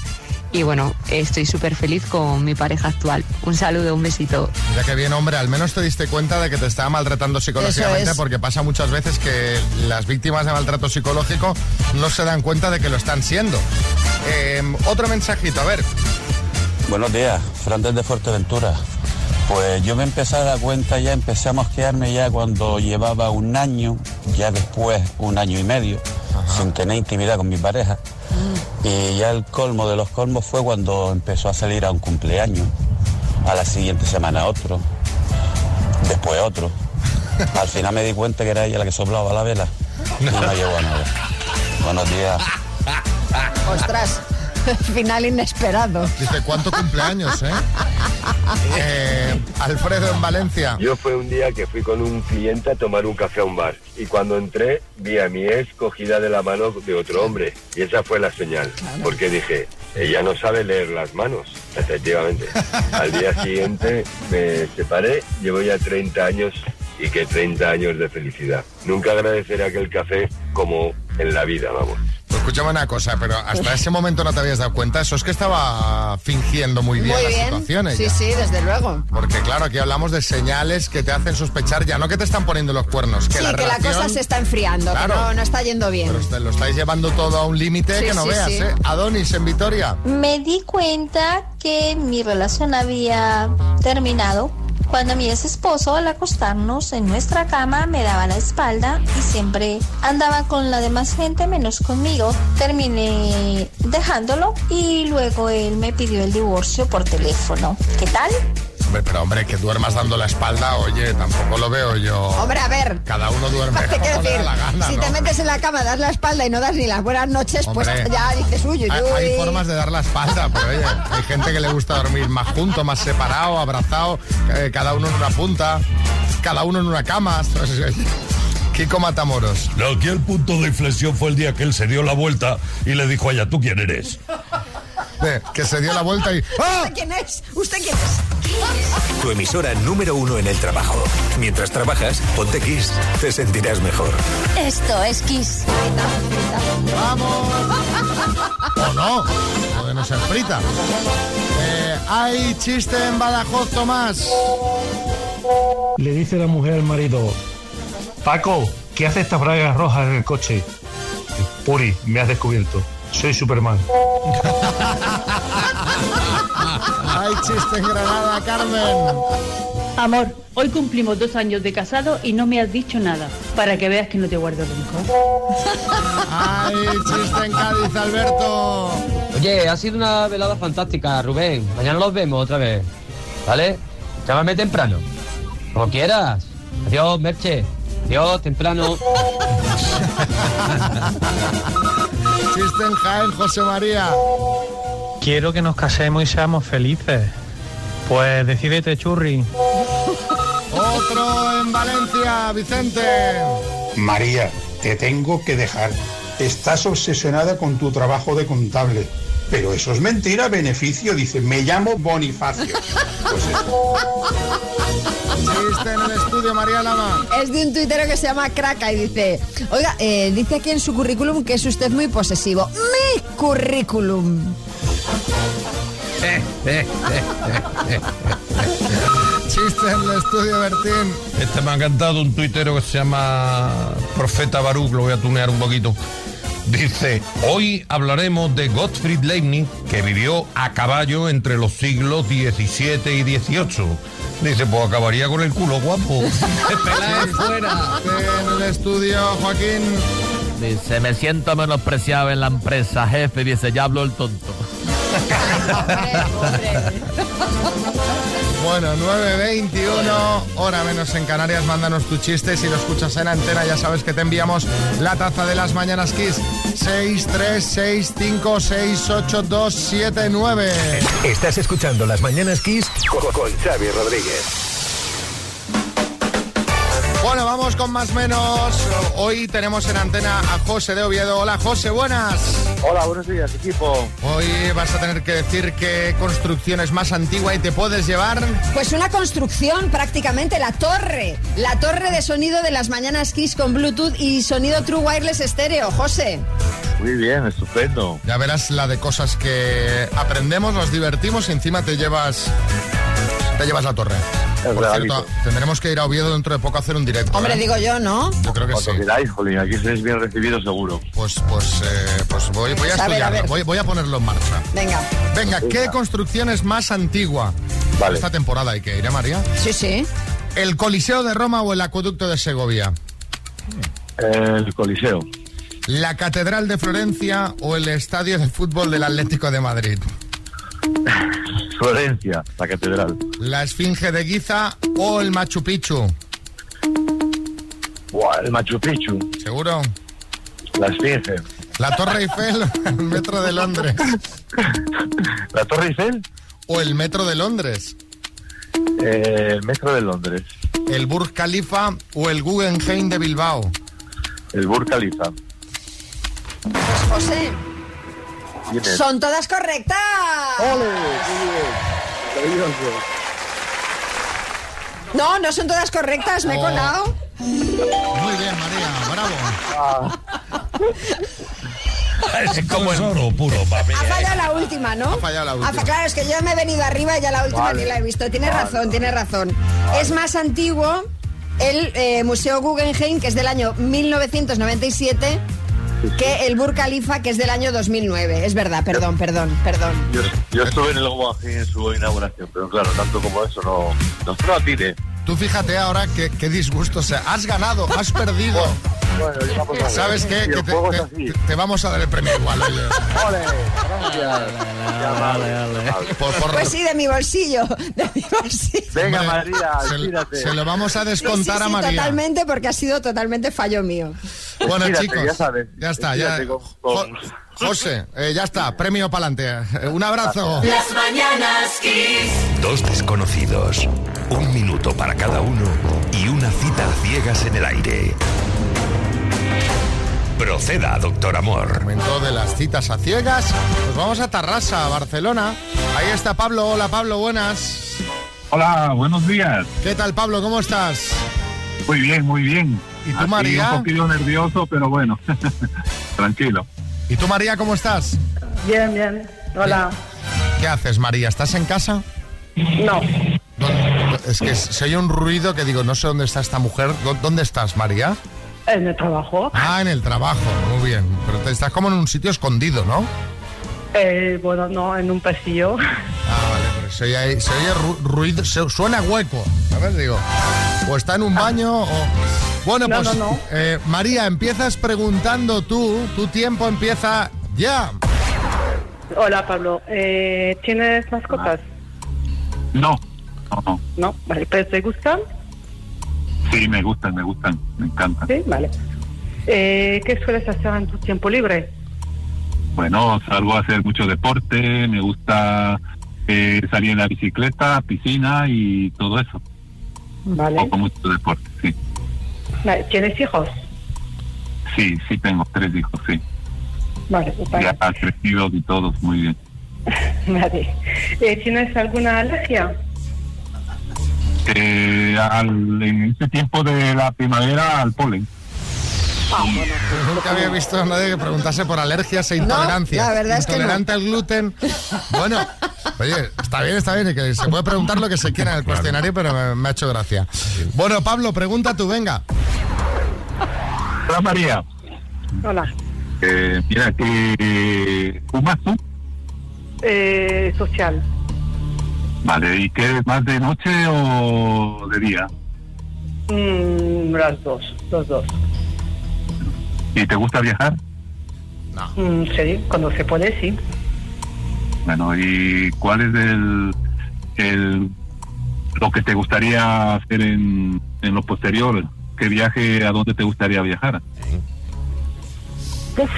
Speaker 4: Y bueno, estoy súper feliz con mi pareja actual. Un saludo, un besito.
Speaker 3: Ya que bien, hombre, al menos te diste cuenta de que te estaba maltratando psicológicamente,
Speaker 4: Eso es.
Speaker 3: porque pasa muchas veces que las víctimas de maltrato psicológico no se dan cuenta de que lo están siendo. Eh, otro mensajito, a ver.
Speaker 26: Buenos días, Fran desde Fuerteventura. Pues yo me empecé a dar cuenta, ya empecé a mosquearme ya cuando llevaba un año, ya después un año y medio, sin tener intimidad con mi pareja. Y ya el colmo de los colmos fue cuando empezó a salir a un cumpleaños, a la siguiente semana otro, después otro. Al final me di cuenta que era ella la que soplaba la vela y no llevó a nada. Buenos días.
Speaker 7: Ostras, final inesperado.
Speaker 3: Dice, ¿cuánto cumpleaños, eh? Eh, Alfredo en Valencia.
Speaker 11: Yo fue un día que fui con un cliente a tomar un café a un bar y cuando entré vi a mi ex cogida de la mano de otro hombre y esa fue la señal porque dije, ella no sabe leer las manos, efectivamente. Al día siguiente me separé, llevo ya 30 años y que 30 años de felicidad. Nunca agradeceré aquel café como en la vida, vamos.
Speaker 3: Pues escúchame una cosa, pero hasta ese momento no te habías dado cuenta. Eso es que estaba fingiendo muy bien
Speaker 7: Muy
Speaker 3: la
Speaker 7: bien.
Speaker 3: situación
Speaker 7: Sí,
Speaker 3: ella.
Speaker 7: sí, desde luego.
Speaker 3: Porque claro, aquí hablamos de señales que te hacen sospechar ya no que te están poniendo los cuernos, que
Speaker 7: sí,
Speaker 3: la
Speaker 7: que la
Speaker 3: relación
Speaker 7: cosa se está enfriando,
Speaker 3: Claro.
Speaker 7: que no, no está yendo bien.
Speaker 3: Pero te lo estáis llevando todo a un límite
Speaker 7: Sí,
Speaker 3: que no
Speaker 7: sí,
Speaker 3: veas,
Speaker 7: sí.
Speaker 3: ¿eh? Adonis en Vitoria.
Speaker 27: Me di cuenta que mi relación había terminado cuando mi ex esposo al acostarnos en nuestra cama me daba la espalda y siempre andaba con la demás gente menos conmigo. Terminé Eh, dejándolo y luego él me pidió el divorcio por teléfono. ¿Qué tal?
Speaker 3: Hombre, pero hombre, que duermas dando la espalda, oye, tampoco lo veo yo.
Speaker 7: Hombre, a ver.
Speaker 3: Oh, Cada uno duerme
Speaker 7: Te quiero
Speaker 3: como le da
Speaker 7: decir,
Speaker 3: la gana,
Speaker 7: si
Speaker 3: ¿no?
Speaker 7: te metes en la cama, das la espalda y no das ni las buenas noches,
Speaker 3: Hombre.
Speaker 7: pues ya dices, uy, uy,
Speaker 3: Hay,
Speaker 7: uy.
Speaker 3: hay formas de dar la espalda, pero oye, hay gente que le gusta dormir más junto, más separado, abrazado, eh, cada uno en una punta, cada uno en una cama. Kiko Matamoros.
Speaker 28: Lo que el punto de inflexión fue el día que él se dio la vuelta y le dijo a ella, ¿tú quién eres?
Speaker 3: Eh, que se dio la vuelta y... ¡Ah!
Speaker 7: ¿Usted quién es? ¿Usted quién es?
Speaker 29: Tu emisora número uno en el trabajo. Mientras trabajas, ponte Kiss. Te sentirás mejor.
Speaker 27: Esto es Kiss.
Speaker 3: ¿O no? Puede no ser frita. Eh, hay chiste en Badajoz, Tomás.
Speaker 9: Le dice la mujer al marido, Paco, ¿qué hace estas bragas rojas en el coche? Puri, me has descubierto. Soy Superman.
Speaker 3: Hay chiste en Granada, Carmen.
Speaker 16: Amor, hoy cumplimos dos años de casado y no me has dicho nada, para que veas que no te guardo rencor.
Speaker 3: Hay chiste en Cádiz, Alberto.
Speaker 19: Oye, ha sido una velada fantástica, Rubén. Mañana los vemos otra vez. ¿Vale? Llámame temprano. Como quieras. Adiós, Merche. Adiós, temprano.
Speaker 3: Chiste en Jaén, José María.
Speaker 10: Quiero que nos casemos y seamos felices. Pues decídete, churri.
Speaker 3: Otro en Valencia, Vicente.
Speaker 16: María, te tengo que dejar. Estás obsesionada con tu trabajo de contable. Pero eso es mentira, beneficio. Dice, me llamo Bonifacio. Pues
Speaker 3: Chiste en el estudio, María Lama.
Speaker 7: Es de un tuitero que se llama Craca y dice, oiga, eh, dice aquí en su currículum que es usted muy posesivo. Mi currículum.
Speaker 9: Eh,
Speaker 3: Chiste en el estudio, Bertín.
Speaker 9: Este me ha encantado un tuitero que se llama Profeta Baruch, lo voy a tunear un poquito. Dice, hoy hablaremos de Gottfried Leibniz, que vivió a caballo entre los siglos XVII y XVIII. Dice, pues acabaría con el culo guapo.
Speaker 3: fuera. En el estudio, Joaquín.
Speaker 16: Dice, me siento menospreciado en la empresa, jefe. Dice, ya habló el tonto.
Speaker 3: Bueno, 9.21, hora menos en Canarias, mándanos tu chiste. Si lo escuchas en antena, ya sabes que te enviamos la taza de las mañanas Kiss. 636568279.
Speaker 24: Estás escuchando Las Mañanas Kiss
Speaker 3: con-
Speaker 24: con Xavi Rodríguez.
Speaker 3: Bueno, vamos con más menos. Hoy tenemos en antena a José de Oviedo. Hola, José, buenas.
Speaker 30: Hola, buenos días, equipo.
Speaker 3: Hoy vas a tener que decir qué construcción es más antigua y te puedes llevar.
Speaker 7: Pues una construcción prácticamente, la torre. La torre de sonido de las mañanas Kiss con Bluetooth y sonido True Wireless estéreo, José.
Speaker 30: Muy bien, estupendo.
Speaker 3: Ya verás la de cosas que aprendemos, nos divertimos y encima te llevas te llevas la torre. Por
Speaker 30: realito.
Speaker 3: cierto, tendremos que ir a Oviedo dentro de poco a hacer un directo.
Speaker 7: Hombre,
Speaker 3: ¿eh?
Speaker 7: digo yo, ¿no?
Speaker 3: Yo creo que
Speaker 30: Cuando
Speaker 3: sí.
Speaker 30: queráis, jolín, aquí seréis bien recibidos seguro.
Speaker 3: Pues, pues, eh, pues voy, voy a
Speaker 30: A ver, a
Speaker 3: estudiarlo,
Speaker 30: ver.
Speaker 3: voy, voy a ponerlo en marcha.
Speaker 7: Venga.
Speaker 3: Venga, ¿qué
Speaker 30: Venga.
Speaker 3: construcción es más antigua
Speaker 30: Vale.
Speaker 3: esta temporada y que iré, María?
Speaker 7: Sí, sí.
Speaker 3: ¿El Coliseo de Roma o el Acueducto de Segovia?
Speaker 30: El Coliseo,
Speaker 3: ¿La Catedral de Florencia o el Estadio de Fútbol del Atlético de Madrid?
Speaker 30: Florencia, la catedral.
Speaker 3: ¿La Esfinge de Giza o el Machu Picchu?
Speaker 30: Buah, el Machu Picchu,
Speaker 3: ¿Seguro?
Speaker 30: la Esfinge.
Speaker 3: ¿La Torre Eiffel o el Metro de Londres?
Speaker 30: ¿La Torre Eiffel?
Speaker 3: ¿O el Metro de Londres?
Speaker 30: Eh, el Metro de Londres,
Speaker 3: ¿El Burj Khalifa o el Guggenheim de Bilbao?
Speaker 30: el Burj Khalifa.
Speaker 7: José,
Speaker 30: ¿Quién es?
Speaker 7: son todas correctas. No, no son todas correctas, me he
Speaker 3: Oh.
Speaker 7: colado.
Speaker 3: Muy bien, María, bravo.
Speaker 9: Es como el oro puro, papi.
Speaker 7: Ha fallado la última, ¿no? Ha
Speaker 3: ¿eh? fallado la
Speaker 9: última.
Speaker 7: claro, es que yo me he venido arriba y ya la última
Speaker 30: Vale.
Speaker 7: ni la he visto. Tienes
Speaker 30: Vale,
Speaker 7: razón, tienes razón. Es más antiguo el eh, Museo Guggenheim, que es del año 1997, que el Burj Khalifa, que es del año 2009. Es verdad, perdón, perdón, perdón.
Speaker 30: Yo, yo estuve en el Guggenheim en su inauguración, pero claro, tanto como eso no, no, no atire.
Speaker 3: Tú fíjate ahora qué, qué disgusto. O sea, has ganado, has perdido.
Speaker 30: Bueno, ya vamos a ver.
Speaker 3: ¿Sabes qué?
Speaker 30: Y el
Speaker 3: Que te,
Speaker 30: juego es
Speaker 3: te- te- te vamos a dar el premio igual, oye. Por- por-
Speaker 7: Pues sí, de mi bolsillo, de mi bolsillo.
Speaker 30: Venga,
Speaker 3: Hombre,
Speaker 30: María,
Speaker 3: se-
Speaker 30: tírate.
Speaker 3: se lo vamos a descontar
Speaker 7: Sí, sí,
Speaker 3: a
Speaker 7: sí,
Speaker 3: María.
Speaker 7: Totalmente, porque ha sido totalmente fallo mío.
Speaker 3: Bueno,
Speaker 30: Estírate,
Speaker 3: chicos,
Speaker 30: ya sabes.
Speaker 3: ya está. Ya.
Speaker 30: Estírate con-
Speaker 3: Jo- José, eh, ya está, premio para adelante. Un abrazo.
Speaker 1: Las mañanas Kiss.
Speaker 24: Dos desconocidos, un minuto para cada uno y una cita a ciegas en el aire. Proceda, doctor amor.
Speaker 3: Momento de las citas a ciegas. Nos vamos a Tarrasa, a Barcelona. Ahí está Pablo. Hola, Pablo, buenas.
Speaker 31: Hola, buenos días.
Speaker 3: ¿Qué tal, Pablo? ¿Cómo estás?
Speaker 31: Muy bien, muy bien.
Speaker 3: ¿Y tú,
Speaker 31: Aquí
Speaker 3: María?
Speaker 31: Un poquito nervioso, pero bueno, tranquilo.
Speaker 3: ¿Y tú, María, cómo estás?
Speaker 18: Bien, bien. Hola.
Speaker 3: ¿Qué haces, María? ¿Estás en casa?
Speaker 18: No.
Speaker 3: Es que se oye un ruido que digo, no sé dónde está esta mujer. ¿Dó- ¿Dónde estás, María?
Speaker 18: En el trabajo.
Speaker 3: Ah, en el trabajo. Muy bien. Pero te- estás como en un sitio escondido, ¿no?
Speaker 18: Eh, bueno, no, en un pasillo.
Speaker 3: Ah, vale. Pero se oye, ahí- se oye ru- ruido, se- suena hueco. A ver, digo. O está en un baño o... Bueno,
Speaker 18: Ah. No,
Speaker 3: pues
Speaker 18: no, no.
Speaker 3: eh, María, empiezas preguntando tú. Tu tiempo empieza ya.
Speaker 18: Hola, Pablo. Eh, ¿Tienes mascotas?
Speaker 31: No, no, no.
Speaker 18: No. Vale, ¿pero te gustan?
Speaker 31: Sí, me gustan, me gustan, me encantan.
Speaker 18: Sí, vale. Eh, ¿Qué sueles hacer en tu tiempo libre?
Speaker 31: Bueno, salgo a hacer mucho deporte, me gusta eh, salir en la bicicleta, piscina y todo eso.
Speaker 18: Vale.
Speaker 31: Hago mucho deporte, sí.
Speaker 18: Vale, ¿Tienes hijos?
Speaker 31: Sí, sí tengo tres hijos, sí.
Speaker 18: Vale, pues para-
Speaker 31: Ya crecidos y todos muy bien.
Speaker 18: vale. Eh, ¿Tienes alguna alergia?
Speaker 31: Eh, al- en este tiempo de la primavera al polen.
Speaker 18: Ah,
Speaker 3: Nunca había visto a nadie que preguntase por alergias e
Speaker 7: No,
Speaker 3: intolerancias.
Speaker 7: la verdad es que no.
Speaker 3: Intolerante al gluten. Bueno, oye, está bien, está bien, y que se puede preguntar lo que se quiera en el cuestionario, pero me, me ha hecho gracia. Bueno, Pablo, pregunta tú, venga.
Speaker 31: Hola María.
Speaker 18: Hola.
Speaker 31: Eh, mira, que fumas tú.
Speaker 18: Eh, social.
Speaker 31: Vale, ¿y qué más de noche o de día?
Speaker 18: Mm, las dos, los dos.
Speaker 31: ¿Y te gusta viajar?
Speaker 18: Mm, sí, cuando se puede, sí.
Speaker 31: Bueno, ¿y cuál es el, el lo que te gustaría hacer en, en lo posterior? ¿Qué viaje, a dónde te gustaría viajar?
Speaker 18: Uf.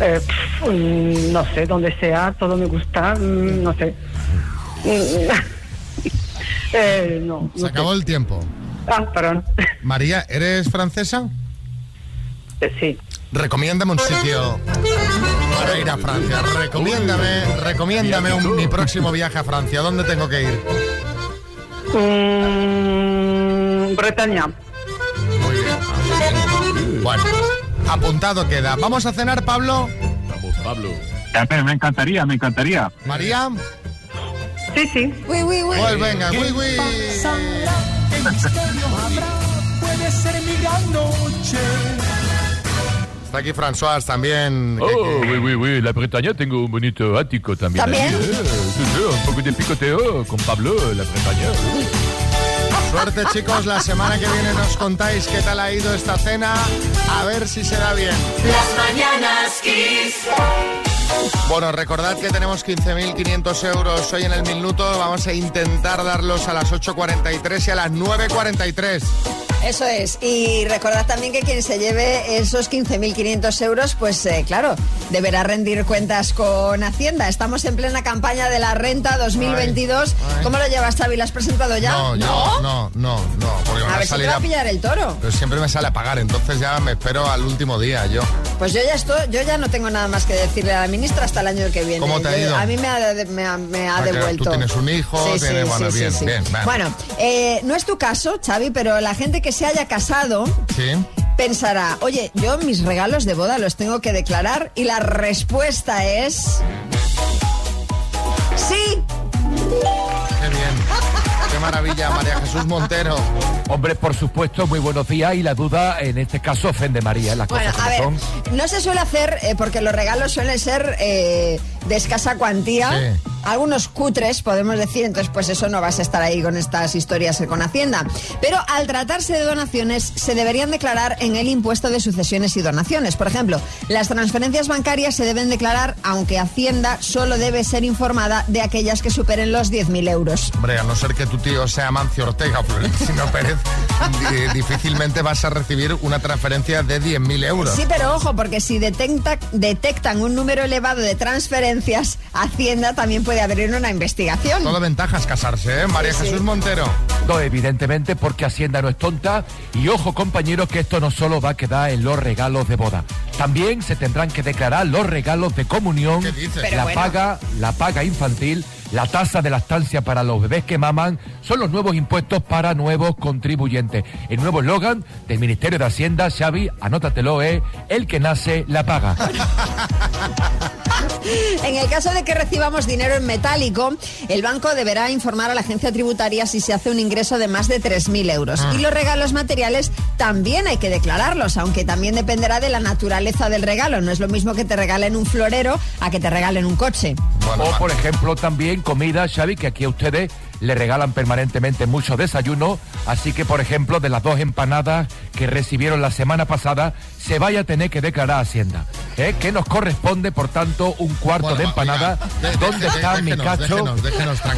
Speaker 18: Eh, pf, mm, no sé, donde sea, todo me gusta, mm, no sé. Mm, eh, no.
Speaker 3: Se acabó el tiempo.
Speaker 18: Ah, perdón.
Speaker 3: María, ¿eres francesa?
Speaker 18: Eh, Sí.
Speaker 3: Recomiéndame un sitio para ir a Francia. Recomiéndame, recomiéndame un- mi próximo viaje a Francia. ¿Dónde tengo que ir?
Speaker 18: Mm, Bretaña.
Speaker 3: Bueno, apuntado queda. ¿Vamos a cenar, Pablo?
Speaker 31: Vamos, Pablo. me encantaría, me encantaría.
Speaker 3: ¿María?
Speaker 18: Sí, sí.
Speaker 3: Uy, uy, uy. Pues venga, uy, uy.
Speaker 1: ¿Qué misterio habrá? Puede ser mi gran noche.
Speaker 3: Está aquí François también.
Speaker 2: Oh, oui, oui, oui, la Bretaña tengo un bonito ático también.
Speaker 3: ¿También?
Speaker 2: allí, ¿eh? Sí, sí, un poco de picoteo con Pablo, la Bretaña.
Speaker 3: Suerte, chicos. La semana que viene nos contáis qué tal ha ido esta cena. A ver si será bien.
Speaker 1: Las mañanas Kiss.
Speaker 3: Bueno, recordad que tenemos 15.500 euros hoy en el minuto. Vamos a intentar darlos a las 8.43 y a las 9.43.
Speaker 7: Eso es. Y recordad también que quien se lleve esos 15.500 euros, pues eh, claro, deberá rendir cuentas con Hacienda. Estamos en plena campaña de la renta 2022. ¿Cómo lo llevas, Xavi? ¿Lo has presentado ya?
Speaker 3: No, yo- no, no, no. Porque me
Speaker 7: A
Speaker 3: va
Speaker 7: ver si te va a pillar el toro.
Speaker 3: Pero siempre me sale a pagar, entonces ya me espero al último día yo.
Speaker 7: Pues yo ya estoy, yo ya no tengo nada más que decirle a la ministra hasta el año que viene.
Speaker 3: ¿Cómo te ha
Speaker 7: Yo-
Speaker 3: ido?
Speaker 7: A mí me ha, de- me ha- me ha
Speaker 3: Ah, claro,
Speaker 7: devuelto.
Speaker 3: tú tienes un hijo, tienes- bueno, bien, bien, vale.
Speaker 7: Bueno, eh, no es tu caso, Xavi, pero la gente que se haya casado
Speaker 3: Sí.
Speaker 7: pensará, oye, yo mis regalos de boda los tengo que declarar y la respuesta es... Sí,
Speaker 3: Qué bien. Qué maravilla, María Jesús Montero.
Speaker 8: Hombre, por supuesto, muy buenos días y la duda en este caso ofende María. Las
Speaker 7: Bueno,
Speaker 8: cosas
Speaker 7: a
Speaker 8: como
Speaker 7: ver,
Speaker 8: son.
Speaker 7: no se suele hacer eh, porque los regalos suelen ser eh, de escasa cuantía.
Speaker 8: Sí.
Speaker 7: Algunos cutres, podemos decir, entonces pues eso no vas a estar ahí con estas historias con Hacienda. Pero al tratarse de donaciones, se deberían declarar en el impuesto de sucesiones y donaciones. Por ejemplo, las transferencias bancarias se deben declarar, aunque Hacienda solo debe ser informada de aquellas que superen los 10.000 euros.
Speaker 3: Hombre, a no ser que tu tío sea Mancio Ortega o Florentino Pérez, di- difícilmente vas a recibir una transferencia de 10.000 euros.
Speaker 7: Sí, pero ojo, porque si detecta- detectan un número elevado de transferencias, Hacienda también puede abrir una investigación.
Speaker 3: Todo ventajas casarse, ¿eh? María
Speaker 7: Sí, sí.
Speaker 3: Jesús Montero.
Speaker 8: No, evidentemente, porque Hacienda no es tonta. Y ojo, compañeros, que esto no solo va a quedar en los regalos de boda. También se tendrán que declarar los regalos de comunión,
Speaker 7: Pero
Speaker 8: la
Speaker 7: bueno.
Speaker 8: paga, la paga infantil, la tasa de lactancia para los bebés que maman. Son los nuevos impuestos para nuevos contribuyentes. El nuevo eslogan del Ministerio de Hacienda, Xavi, anótatelo, es el que nace la paga.
Speaker 7: En el caso de que recibamos dinero en metálico, el banco deberá informar a la agencia tributaria si se hace un ingreso de más de 3.000 euros.
Speaker 21: Ah.
Speaker 7: Y los regalos materiales también hay que declararlos, aunque también dependerá de la naturaleza del regalo. No es lo mismo que te regalen un florero a que te regalen un coche.
Speaker 8: o, por ejemplo, también comida, Xavi, que aquí a ustedes le regalan permanentemente mucho desayuno. Así que, por ejemplo, de las dos empanadas que recibieron la semana pasada, se vaya a tener que declarar a Hacienda. ¿eh? que nos corresponde, por tanto, un cuarto de empanada. ¿Dónde está mi cacho? no,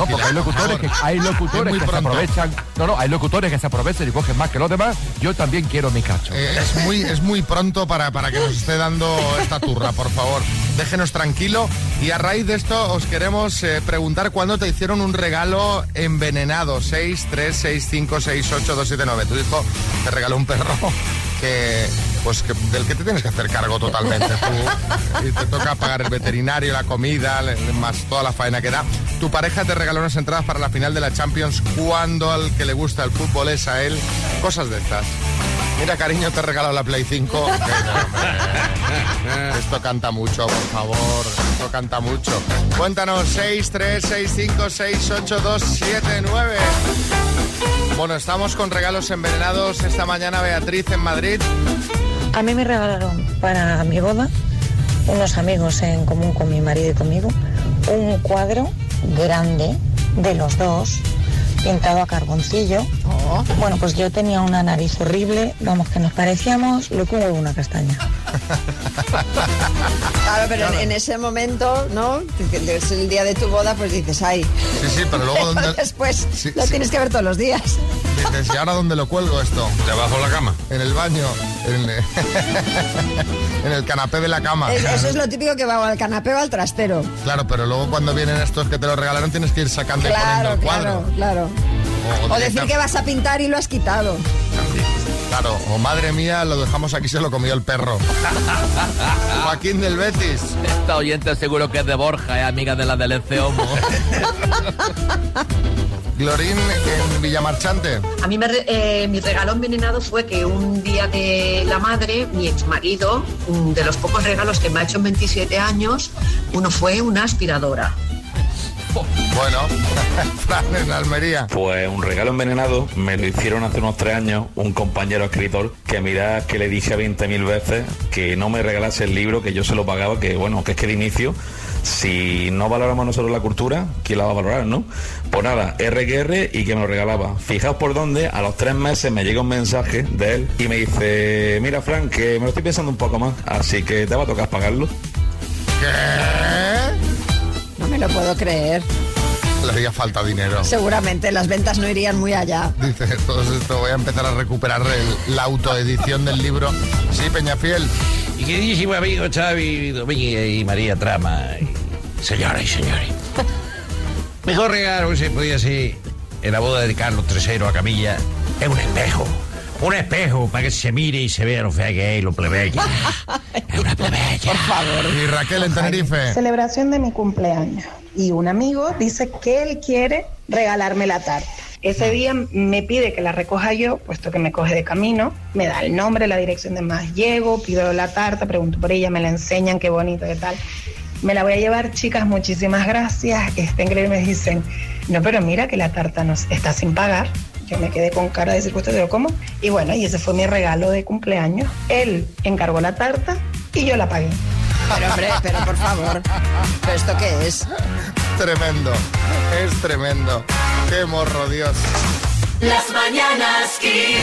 Speaker 8: porque hay locutores que, hay locutores que se aprovechan. No, no, hay locutores que se aprovechan y cogen más que los demás. Yo también quiero mi cacho.
Speaker 3: Eh, es, muy, es muy pronto para, para que nos esté dando esta turra, por favor. Déjenos tranquilo. Y a raíz de esto os queremos eh, preguntar cuándo te hicieron un regalo envenenado. 6, 3, 6, 5, 6, 8, 2, 7, 9. Tu hijo te regaló un perro que... Pues que- del que te tienes que hacer cargo totalmente tú. Y te toca pagar el veterinario, la comida, le- le- más toda la faena que da. Tu pareja te regaló unas entradas para la final de la Champions cuando al que le gusta el fútbol es a él. Cosas de estas. Mira, cariño, te he regalado la Play 5. Esto canta mucho, por favor. Esto canta mucho. Cuéntanos, 6, 3, 6, 5, 6, 8, 2, 7, 9. Bueno, estamos con regalos envenenados esta mañana, Beatriz, en Madrid.
Speaker 21: A mí me regalaron para mi boda unos amigos en común con mi marido y conmigo un cuadro grande de los dos pintado a carboncillo. Bueno, pues yo tenía una nariz horrible, vamos que nos parecíamos lo que hubo una castaña.
Speaker 7: Claro, pero en- en ese momento, ¿no? Que Es el día de tu boda, pues dices, ay.
Speaker 3: Sí, sí, pero luego ¿dónde-
Speaker 7: Después
Speaker 3: Sí,
Speaker 7: lo
Speaker 3: sí.
Speaker 7: tienes que ver todos los días.
Speaker 3: Dices, ¿y ahora dónde lo cuelgo esto?
Speaker 9: Debajo de la cama.
Speaker 3: En el baño. En, en el canapé de la cama.
Speaker 7: Es- Eso es lo típico que va al canapé o al trastero.
Speaker 3: Claro, pero luego cuando vienen estos que te lo regalaron tienes que ir sacando y poniendo
Speaker 7: Claro,
Speaker 3: el
Speaker 7: claro,
Speaker 3: cuadro.
Speaker 7: claro. O decir que vas a pintar y lo has quitado.
Speaker 3: Claro, o madre mía, lo dejamos aquí, se lo comió el perro. Joaquín del Betis.
Speaker 22: Esta oyente seguro que es de Borja, es amiga de la del Ece Homo.
Speaker 3: Glorín en Villamarchante.
Speaker 23: A mí me re- eh, mi regalo envenenado fue que un día de la madre, mi ex marido, de los pocos regalos que me ha hecho en 27 años, uno fue una aspiradora.
Speaker 3: Bueno, Fran en Almería.
Speaker 32: Pues un regalo envenenado me lo hicieron hace unos tres años un compañero escritor que mira que le dije 20.000 veces que no me regalase el libro, que yo se lo pagaba, que bueno, que es que de inicio, si no valoramos nosotros la cultura, ¿quién la va a valorar, no? Pues nada, RQR y que me lo regalaba. Fijaos por dónde, a los tres meses me llega un mensaje de él y me dice, mira Frank, que me lo estoy pensando un poco más, así que te va a tocar pagarlo.
Speaker 3: ¿Eh?
Speaker 7: No me lo puedo creer.
Speaker 3: Le haría falta dinero.
Speaker 7: Seguramente las ventas no irían muy allá.
Speaker 3: Dice, todo esto voy a empezar a recuperar el- la autoedición del libro. Sí, Peñafiel.
Speaker 33: Y queridísimo amigo Xavi Domínguez y María Trama, y señoras y señores. Mejor regalo que se podía hacer en la boda de Carlos III a Camilla es un espejo. Un espejo para que se mire y se vea lo fea que es y lo plebeya.
Speaker 3: Por favor. Y Raquel en Tenerife.
Speaker 4: Celebración de mi cumpleaños. Y un amigo dice que él quiere regalarme la tarta. Ese día me pide que la recoja yo, puesto que me coge de camino. Me da el nombre, la dirección de más llego, pido la tarta, pregunto por ella, me la enseñan, qué bonito, qué tal. Me la voy a llevar, chicas, muchísimas gracias. Está increíble, me dicen, no, pero mira que la tarta nos está sin pagar. Yo me quedé con cara de decir, "¿Usted se lo como? Y bueno, y ese fue mi regalo de cumpleaños. Él encargó la tarta y yo la pagué.
Speaker 7: Pero hombre, pero por favor. ¿Pero esto qué es?
Speaker 3: Tremendo. Es tremendo. Qué morro, Dios.
Speaker 1: Las mañanas Kiss.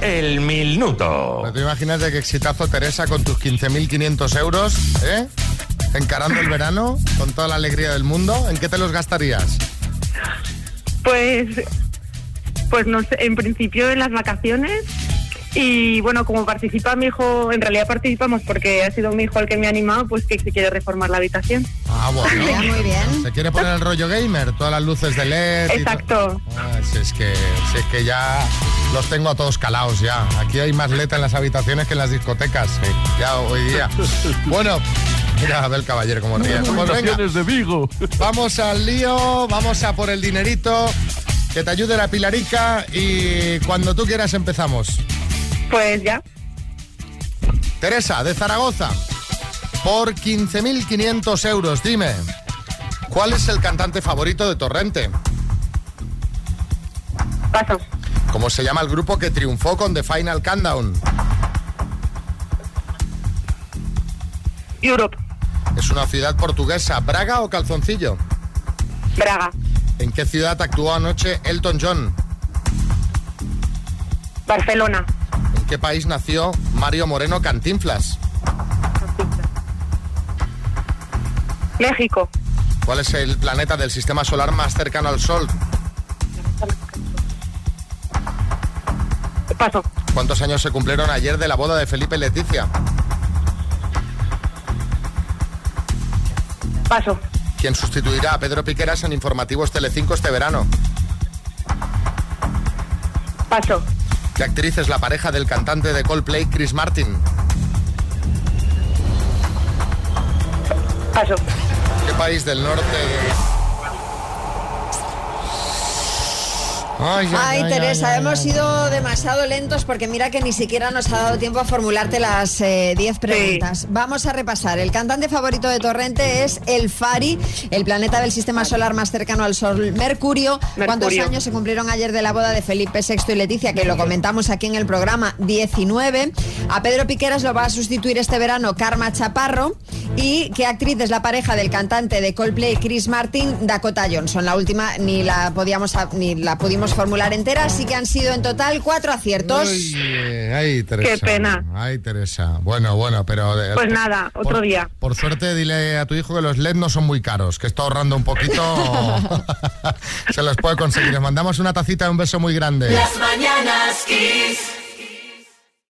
Speaker 3: El minuto. ¿Te imaginas de que exitazo Teresa con tus 15.500 euros, eh? Encarando el verano con toda la alegría del mundo. ¿En qué te los gastarías?
Speaker 19: Pues, pues no sé, en principio en las vacaciones. Y bueno, como participa mi hijo, en realidad participamos porque ha sido mi hijo el que me ha animado, pues que se quiere reformar la habitación.
Speaker 3: Ah, bueno.
Speaker 19: Muy bien.
Speaker 3: ¿Se quiere poner el rollo gamer? Todas las luces de LED. y to-
Speaker 19: Exacto.
Speaker 3: Ah, si es que, si es que ya los tengo a todos calados ya. Aquí hay más letra en las habitaciones que en las discotecas. Ya hoy día. Bueno, mira a ver caballero como ríe. Pues venga,
Speaker 2: de Vigo.
Speaker 3: vamos al lío, vamos a por el dinerito. Que te ayude la pilarica y cuando tú quieras empezamos.
Speaker 19: Pues ya.
Speaker 3: Teresa, de Zaragoza, por 15.500 euros, dime, ¿cuál es el cantante favorito de Torrente?
Speaker 19: Paso.
Speaker 3: ¿Cómo se llama el grupo que triunfó con The Final Countdown?
Speaker 19: Europe.
Speaker 3: ¿Es una ciudad portuguesa, Braga o Calzoncillo?
Speaker 19: Braga.
Speaker 3: ¿En qué ciudad actuó anoche Elton John?
Speaker 19: Barcelona.
Speaker 3: ¿En qué país nació Mario Moreno Cantinflas?
Speaker 18: México.
Speaker 3: ¿Cuál es el planeta del sistema solar más cercano al Sol?
Speaker 18: Paso.
Speaker 3: ¿Cuántos años se cumplieron ayer de la boda de Felipe y Leticia?
Speaker 18: Paso.
Speaker 3: ¿Quién sustituirá a Pedro Piqueras en informativos Telecinco este verano?
Speaker 18: Paso.
Speaker 3: ¿Qué actriz es la pareja del cantante de Coldplay Chris Martin?
Speaker 18: Paso.
Speaker 3: ¿Qué país del norte? Ay, ay,
Speaker 7: Ay,
Speaker 3: ay,
Speaker 7: Teresa,
Speaker 3: ay, ay,
Speaker 7: hemos sido demasiado lentos porque mira que ni siquiera nos ha dado tiempo a formularte las eh, 10 preguntas. Vamos a repasar. El cantante favorito de Torrente es el Fari, el planeta del sistema solar más cercano al Sol, Mercurio. ¿Cuántos
Speaker 18: Mercurio.
Speaker 7: años se cumplieron ayer de la boda de Felipe VI y Leticia? Que lo comentamos aquí en el programa 19. A Pedro Piqueras lo va a sustituir este verano Karma Chaparro. ¿Y qué actriz es la pareja del cantante de Coldplay Chris Martin, Dakota Johnson? La última ni la podíamos ni la pudimos formular entera, así que han sido en total cuatro aciertos.
Speaker 3: Eh, ay, Teresa.
Speaker 18: Qué pena.
Speaker 3: Ay, Teresa. Bueno, bueno, pero... eh,
Speaker 18: Pues nada,
Speaker 3: por-
Speaker 18: otro día.
Speaker 3: Por suerte, dile a tu hijo que los LED no son muy caros, que está ahorrando un poquito. se los puede conseguir. Les mandamos una tacita y un beso muy grande.
Speaker 1: mañanas kiss.